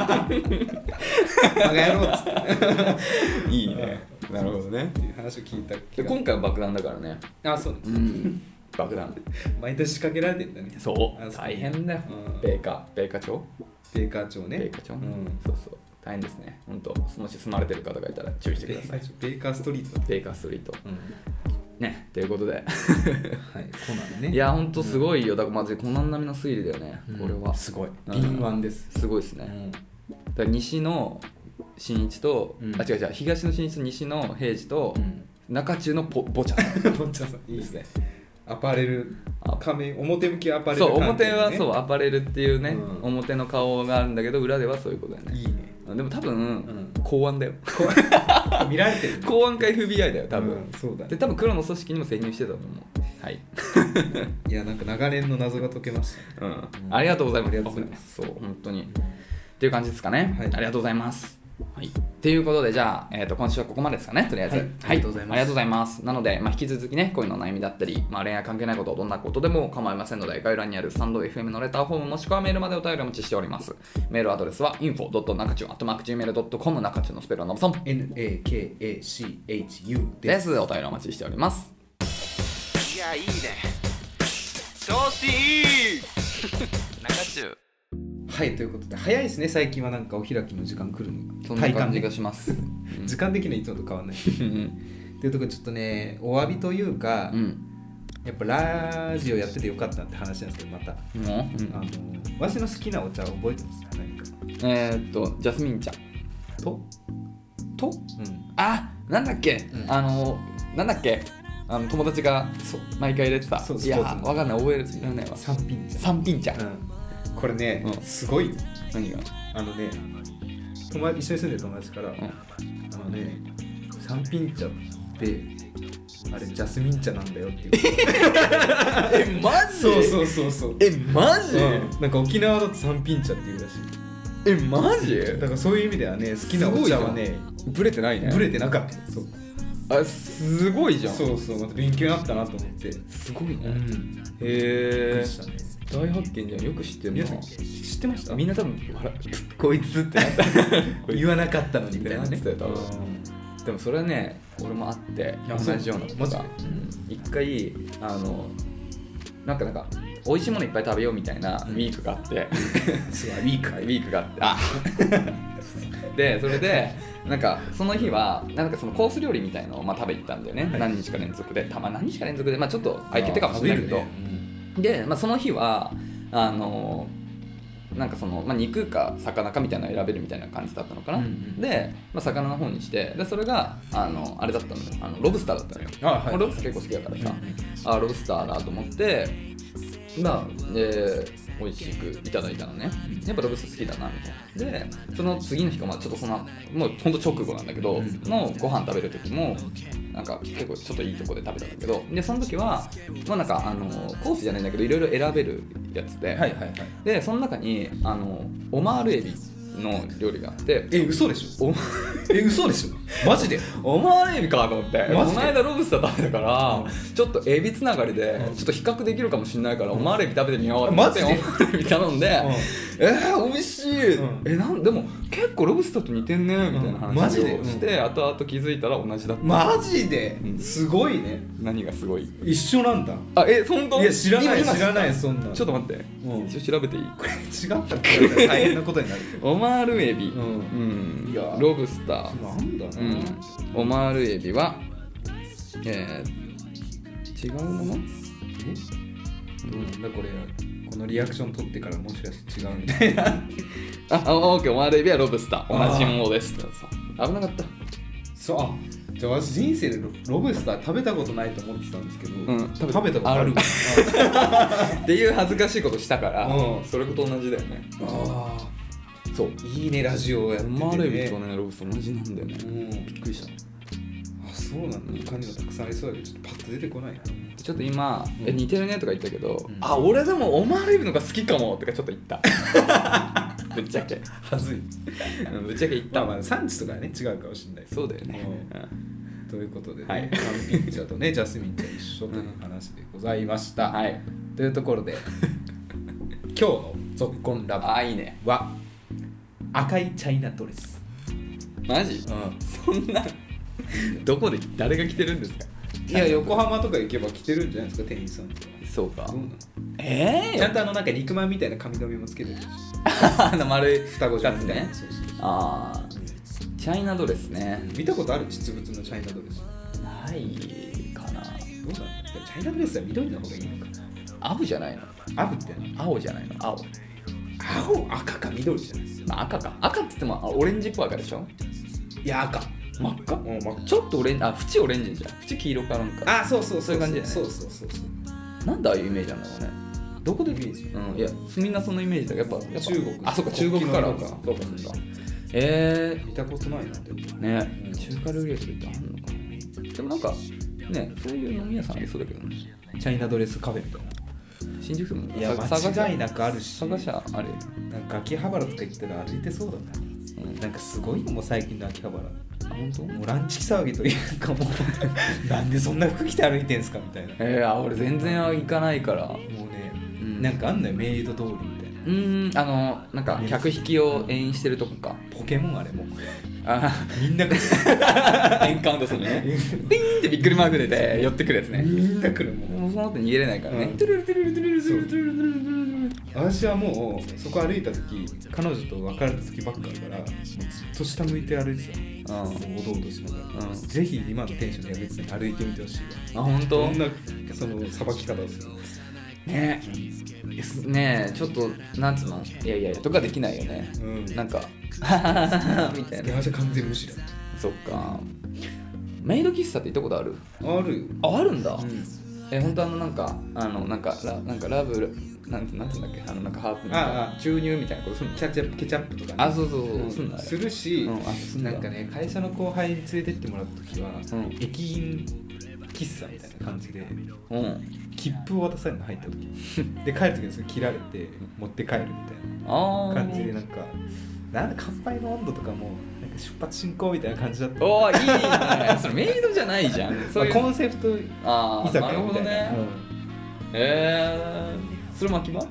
Speaker 1: バカ野郎っつって
Speaker 2: いい
Speaker 1: ね
Speaker 2: なるほどね
Speaker 1: っていう話を聞いた
Speaker 2: で今回は爆弾だからね
Speaker 1: 回あそうね
Speaker 2: うん爆弾
Speaker 1: 毎年仕掛けられてんだね
Speaker 2: そ
Speaker 1: あ
Speaker 2: う
Speaker 1: そう
Speaker 2: 大変だよ
Speaker 1: うん
Speaker 2: 米花米花町
Speaker 1: ベーカー町ね
Speaker 2: 米花町
Speaker 1: うん
Speaker 2: そうそう大変ですね本当もし住まれてる方がいたら注意してください
Speaker 1: ベーカーストリートだっ
Speaker 2: 米花ストリート
Speaker 1: た、うん
Speaker 2: ねということで
Speaker 1: はい、コナンね。
Speaker 2: いや本当すごいよだからマジでコナン並みの推理だよね
Speaker 1: うん、
Speaker 2: これは
Speaker 1: すごい。
Speaker 2: うん
Speaker 1: 敏腕です。
Speaker 2: すごいです
Speaker 1: う
Speaker 2: ね
Speaker 1: ん
Speaker 2: だから西の新一と
Speaker 1: うん
Speaker 2: あ違う違う東の新一と西の平次と中中のポボ
Speaker 1: <laughs>
Speaker 2: チャ
Speaker 1: ぼっちゃんさん、いいですね。アパレル
Speaker 2: あ、
Speaker 1: 仮面、表向きアパレル、
Speaker 2: そう表はそう。アパレルっていうね、
Speaker 1: うん
Speaker 2: 表の顔があるんだけど裏ではそういうことだよね
Speaker 1: いいね。
Speaker 2: でも多分、
Speaker 1: ん
Speaker 2: 公安だよ
Speaker 1: 見られ
Speaker 2: <laughs>
Speaker 1: てる。
Speaker 2: 公安か FBI だよ多分、
Speaker 1: うんそうだね
Speaker 2: で多分黒の組織にも潜入してたと思うはい、
Speaker 1: いや、なんか長年の謎が解けましたね。
Speaker 2: うん、ありがとうございます
Speaker 1: ありがとうございます
Speaker 2: そう本当に、っていう感じですかね、
Speaker 1: はい
Speaker 2: ありがとうございますはい、ということでじゃあ、えー、と今週はここまでですかねとりあえず、
Speaker 1: はいありがとうございます
Speaker 2: ありがとうございますなので、まあ、引き続きね恋の悩みだったり、まあ、恋愛関係ないことどんなことでも構いませんので概要欄にあるスタンド FM のレターフォームもしくはメールまでお便りをお待ちしておりますメールアドレスは info.nakachu.gmail.com 中中のスペルはのぶさん
Speaker 1: NAKACHU
Speaker 2: で
Speaker 1: です。
Speaker 2: すお便りお待ちしております
Speaker 3: いやいいね調子
Speaker 2: <laughs>
Speaker 3: いい中中
Speaker 1: はい、ということで、早いですね、最近はなんかお開きの時間来る
Speaker 2: そ
Speaker 1: の
Speaker 2: んな
Speaker 1: 体
Speaker 2: 感
Speaker 1: 感
Speaker 2: じ
Speaker 1: で
Speaker 2: がします
Speaker 1: 時間的にはいつもと変わらない。
Speaker 2: うん
Speaker 1: というところでちょっとね、お詫びというか
Speaker 2: う、ん
Speaker 1: やっぱラジオやっててよかったって話なんですけど、また。
Speaker 2: もう、うん
Speaker 1: あの私の好きなお茶を覚えてますか何か
Speaker 2: えーっとジャスミンちゃん
Speaker 1: と、
Speaker 2: と
Speaker 1: うん、
Speaker 2: あなんだっけ、
Speaker 1: うん
Speaker 2: あのなんだっけあの友達が
Speaker 1: そう
Speaker 2: 毎回入れてた
Speaker 1: そう
Speaker 2: いや
Speaker 1: スポーツの
Speaker 2: わかんない覚えられないわ
Speaker 1: 三品茶、
Speaker 2: 三品茶、
Speaker 1: うん、これね、
Speaker 2: うん
Speaker 1: すごい
Speaker 2: 何が
Speaker 1: あのね友達一緒に住んでる友達から、あのね三品茶ってあれジャスミン茶なんだよっていう
Speaker 2: えマジ
Speaker 1: そうそうそうそう
Speaker 2: えマジ、
Speaker 1: うん、なんか沖縄だと三品茶っていうらしい
Speaker 2: えマジ
Speaker 1: だからそういう意味ではね好きなお茶はね
Speaker 2: ブレてないね
Speaker 1: ブレてなかったそう
Speaker 2: あすごいじゃん
Speaker 1: そうそうまた勉強になったなと思って
Speaker 2: すごいね、
Speaker 1: うん
Speaker 2: へえ
Speaker 1: でしたね
Speaker 2: 大発見じゃんよく知ってる
Speaker 1: 皆
Speaker 2: な
Speaker 1: さん知ってました
Speaker 2: みんな多分笑 <laughs>
Speaker 1: <laughs> こいつってなった言わなかったのに
Speaker 2: み
Speaker 1: みた
Speaker 2: たい
Speaker 1: い
Speaker 2: な
Speaker 1: な
Speaker 2: ね
Speaker 1: ね
Speaker 2: うでもそれはね俺もあって
Speaker 1: あそう
Speaker 2: 同じようなことが
Speaker 1: マ
Speaker 2: うん一回あのなんかなんか美味しいものいっぱい食べようみたいなウィークがあって
Speaker 1: す <laughs> ごいウィーク
Speaker 2: ウィークがあってあ <laughs> でそれでなんかその日はなんかそのコース料理みたいのをまあ食べに行ったんだよね、
Speaker 1: はい
Speaker 2: 何日か連続でたま何日か連続でまあちょっと空いててかもしれないけど、で、まあ、その日はあのなんかその、まあ、肉か魚かみたいなの選べるみたいな感じだったのかな、
Speaker 1: うんうん
Speaker 2: で、まあ、魚の方にしてでそれがあのあれだったのよあのロブスターだったのよ
Speaker 1: あはい
Speaker 2: 俺ロブスター結構好きだからさあロブスターだと思ってまあ、えー、美味しくいただいたのねやっぱロブスター好きだなみたいなでその次の日か、まあ、ちょっとそのもうほんと直後なんだけど、
Speaker 1: うん
Speaker 2: のご飯食べる時もなんか結構ちょっといいとこで食べたんだけどでその時はまあなんかあのコースじゃないんだけどいろいろ選べるやつで、
Speaker 1: はいはいはい
Speaker 2: でその中にあのオマールエビの料理があって
Speaker 1: え嘘でしょ
Speaker 2: お
Speaker 1: え嘘でしょマジで
Speaker 2: オマールエビかと思ってこ
Speaker 1: マジで
Speaker 2: の間ロブスター食べたからちょっとエビつながりで
Speaker 1: うん
Speaker 2: ちょっと比較できるかもしれないからオマールエビ食べてみようって思ってオ
Speaker 1: マ
Speaker 2: マ
Speaker 1: ジで
Speaker 2: ールエビ頼んでえー、美味しい、
Speaker 1: うん
Speaker 2: えなんでも結構ロブスターと似てんねみたいな
Speaker 1: うんマ
Speaker 2: 話
Speaker 1: ジで
Speaker 2: をして後々気づいたら同じだった
Speaker 1: マジで
Speaker 2: うん
Speaker 1: すごいね
Speaker 2: 何がすごい
Speaker 1: 一緒なんだ
Speaker 2: あえ本当
Speaker 1: いや知らない
Speaker 2: 今今
Speaker 1: 知らないそんな
Speaker 2: ちょっと待って、
Speaker 1: うん
Speaker 2: 一応調べていい
Speaker 1: これ違ったら大変なことになるけど
Speaker 2: オマールエビ、
Speaker 1: う
Speaker 2: うん
Speaker 1: いや
Speaker 2: ロブスタ
Speaker 1: なんだ
Speaker 2: ー、
Speaker 1: な
Speaker 2: うん、オマールエビは、えー、違うもの
Speaker 1: うんだこれこのリアクション取ってからもしかして違うみたいな
Speaker 2: ああオーケーオマールエビはロブスター同じものですそう危なかった
Speaker 1: <laughs> そうあじゃあ私人生でロロブスター食べたことないと思ってたんですけど、
Speaker 2: ん食べ
Speaker 1: 食べたことある
Speaker 2: あっていう恥ずかしいことしたから、
Speaker 1: うん
Speaker 2: それこと同じだよね
Speaker 1: あ
Speaker 2: そう
Speaker 1: あいいねラジオをやってて、ね、
Speaker 2: マーレビとねロブスター同じなんだよね
Speaker 1: うん
Speaker 2: びっくりした
Speaker 1: あそうなんだ他にもたくさんありそうだけどちょっとパッと出てこないな
Speaker 2: ちょっと今、
Speaker 1: うん
Speaker 2: え似てるねとか言ったけど、
Speaker 1: ん
Speaker 2: あ俺でもオマールエビの方が好きかもとかちょっと言
Speaker 1: <laughs>
Speaker 2: ったぶっちゃけ
Speaker 1: はずい
Speaker 2: うんぶっちゃけ言った
Speaker 1: まあ
Speaker 2: わ、
Speaker 1: まあ産地とかね違うかもしれない
Speaker 2: そうだよね、うん
Speaker 1: うんということで、ね、
Speaker 2: は
Speaker 1: はい <laughs> い、カンピンチャとねジャスミンちゃん一緒という話でございました、
Speaker 2: はい
Speaker 1: というところで <laughs> 今日の「ぞっこんラブ
Speaker 2: あいいね」
Speaker 1: は赤いチャイナドレス、
Speaker 2: マジそんなどこで誰が着てるんですか
Speaker 1: いや横浜とか行けば着てるんじゃないですか店員さんとか
Speaker 2: そうか
Speaker 1: どうなの
Speaker 2: ええ
Speaker 1: ちゃんとあのなんか肉まんみたいな髪の毛もつけてるし
Speaker 2: あの丸い
Speaker 1: 双子じゃん
Speaker 2: 二つね
Speaker 1: そうそうそう
Speaker 2: ああチャイナドレスね
Speaker 1: 見たことある実物のチャイナドレスど
Speaker 2: ないか
Speaker 1: うな
Speaker 2: な
Speaker 1: のでもチャイナドレスは緑の方がいいのか
Speaker 2: 青じゃないの
Speaker 1: なアブってな
Speaker 2: 青じゃないの青、
Speaker 1: 青赤か緑じゃないですか
Speaker 2: まあ、赤か赤っつってもあオレンジっぽい赤でしょ
Speaker 1: いや赤
Speaker 2: 真っ赤
Speaker 1: うん真っ赤
Speaker 2: ちょっとオレンジあ縁オレンジじゃん縁黄色かなんか
Speaker 1: あそうそう
Speaker 2: そういう感じだよね
Speaker 1: そうそうそうそう
Speaker 2: なんでああいうイメージなんだろうねどこでイメージうんいやみんなそのイメージだけどやっぱやっぱ
Speaker 1: 中国
Speaker 2: あそっか中国からか
Speaker 1: 国
Speaker 2: そ
Speaker 1: 旗の
Speaker 2: う
Speaker 1: 色
Speaker 2: か
Speaker 1: か
Speaker 2: そうかえ
Speaker 1: 見たことないなって
Speaker 2: ー、ね中華料理屋とかってあんのかなでもなんかねそういう飲み屋さんありそうだけどね
Speaker 1: チャイナドレスカフェみたい
Speaker 2: 新宿でも
Speaker 1: いや
Speaker 2: さ
Speaker 1: 間違いなくあるし
Speaker 2: 探しゃあれ
Speaker 1: ななんか秋葉原とか行ったら歩いてそうだな
Speaker 2: うん
Speaker 1: なんかすごいもう最近の秋葉原
Speaker 2: あ本当
Speaker 1: もうランチ騒ぎというかも <laughs> うなんでそんな服着て歩いてんすかみたいなも
Speaker 2: えー、あ俺全然行かないから
Speaker 1: うね、
Speaker 2: ん
Speaker 1: なんかあんのよメイド通りみたいな
Speaker 2: うーんあのなんか客引きを演してるとこか
Speaker 1: ポケモンあれもう <laughs>
Speaker 2: あ
Speaker 1: みんな来る
Speaker 2: エンカウントするねピンってびっくりマーク出て寄ってくるやつね
Speaker 1: みんな来るもん
Speaker 2: もうその後逃げれないからね、
Speaker 1: うん
Speaker 2: トゥルルトゥルルトゥルルトゥルルトゥルルトゥルルトゥルル
Speaker 1: 私はもうそこ歩いた時彼女と別れた時ばっかだからもうずっと下向いて歩いてた
Speaker 2: うん
Speaker 1: もうおどおどしながら、
Speaker 2: うん
Speaker 1: ぜひ今のテンションでは別に歩いてみてほしいわ
Speaker 2: あ本当
Speaker 1: どんなそのさばき方をするの
Speaker 2: ねねえちょっとなんつうのいやいやいやとかできないよね、
Speaker 1: うん
Speaker 2: なんか <laughs>
Speaker 1: いや
Speaker 2: みたいな
Speaker 1: 私は完全無視だ
Speaker 2: そっかメイド喫茶って行ったことある
Speaker 1: あるよ
Speaker 2: ああるんだ、
Speaker 1: うん
Speaker 2: え本当あのなんかあのなんかラなんかラブなんてなんていうんだっけあのなんかハープみたい
Speaker 1: ああ
Speaker 2: な
Speaker 1: あ
Speaker 2: 注入みたいなことするの
Speaker 1: キャッチャップケチャップとかね
Speaker 2: あそうそうそう、すんだあれ
Speaker 1: するし、
Speaker 2: うんあすんだ
Speaker 1: なんかね会社の後輩に連れてってもらった時は、
Speaker 2: うん
Speaker 1: 駅員喫茶みたいな感じで
Speaker 2: うん
Speaker 1: 切符を渡されるの入
Speaker 2: <laughs>
Speaker 1: った時で帰る時にそれ切られて持って帰るみ
Speaker 2: あ
Speaker 1: た
Speaker 2: あ
Speaker 1: いな感じでなんかなんか乾杯の温度とかもなんか出発進行みたいな感じだった、ま
Speaker 2: おーいいねそれメイドじゃないじゃんそう
Speaker 1: あ
Speaker 2: いう
Speaker 1: コンセプト居
Speaker 2: ああ
Speaker 1: 酒
Speaker 2: な
Speaker 1: 屋
Speaker 2: るほ
Speaker 1: み
Speaker 2: ど
Speaker 1: たいな
Speaker 2: ね、へえそれも秋葉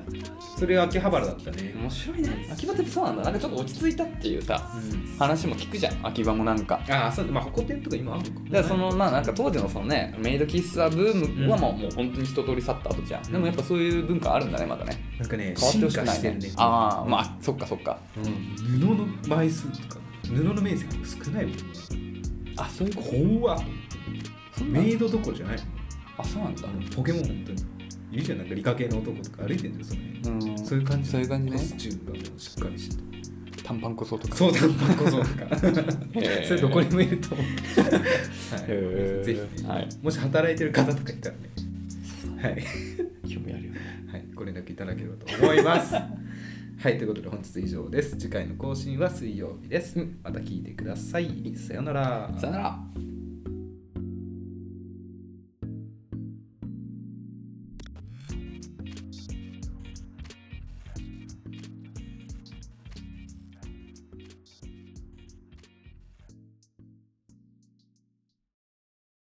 Speaker 1: それ秋葉原だったね
Speaker 2: 面白いね秋葉ってそうなんだなんかちょっと落ち着いたっていうさ
Speaker 1: うん
Speaker 2: 話も聞くじゃん秋葉もなんか
Speaker 1: ああそうまあホコ天とか今あるのか
Speaker 2: だからそのまあなんか当時のそのねメイド喫茶ブームは
Speaker 1: うん
Speaker 2: もう,、もう本当に一通り去った後じゃん、
Speaker 1: ん
Speaker 2: でもやっぱそういう文化あるんだねまだね
Speaker 1: なんかね
Speaker 2: 変わって
Speaker 1: 進
Speaker 2: ほしく
Speaker 1: 化
Speaker 2: な
Speaker 1: し
Speaker 2: い
Speaker 1: て
Speaker 2: ね
Speaker 1: るね
Speaker 2: ああまあそっかそっか
Speaker 1: うん、布の枚数とか布の面積少ないもん
Speaker 2: あそういう
Speaker 1: 怖っ
Speaker 2: そんな
Speaker 1: メイドどころじゃない
Speaker 2: あそうなんだ
Speaker 1: ポケモン本当にいるじゃんなんか理科系の男とか歩いてるんですよね
Speaker 2: うん
Speaker 1: そういう感じ
Speaker 2: そういう感じね
Speaker 1: コスチュームがもうしっかりしてて
Speaker 2: 短パンこそとか
Speaker 1: そうだパこそとか
Speaker 2: へー
Speaker 1: それどこにもいると思う、
Speaker 2: へ
Speaker 1: は
Speaker 2: ー
Speaker 1: い、ぜひ、
Speaker 2: はい
Speaker 1: もし働いてる方とかいたらねはい、
Speaker 2: 興味あるよ
Speaker 1: はい、ご連絡いただければと思います <laughs> はいということで本日以上です次回の更新は水曜日です、また聞いてくださいさようなら
Speaker 2: さよなら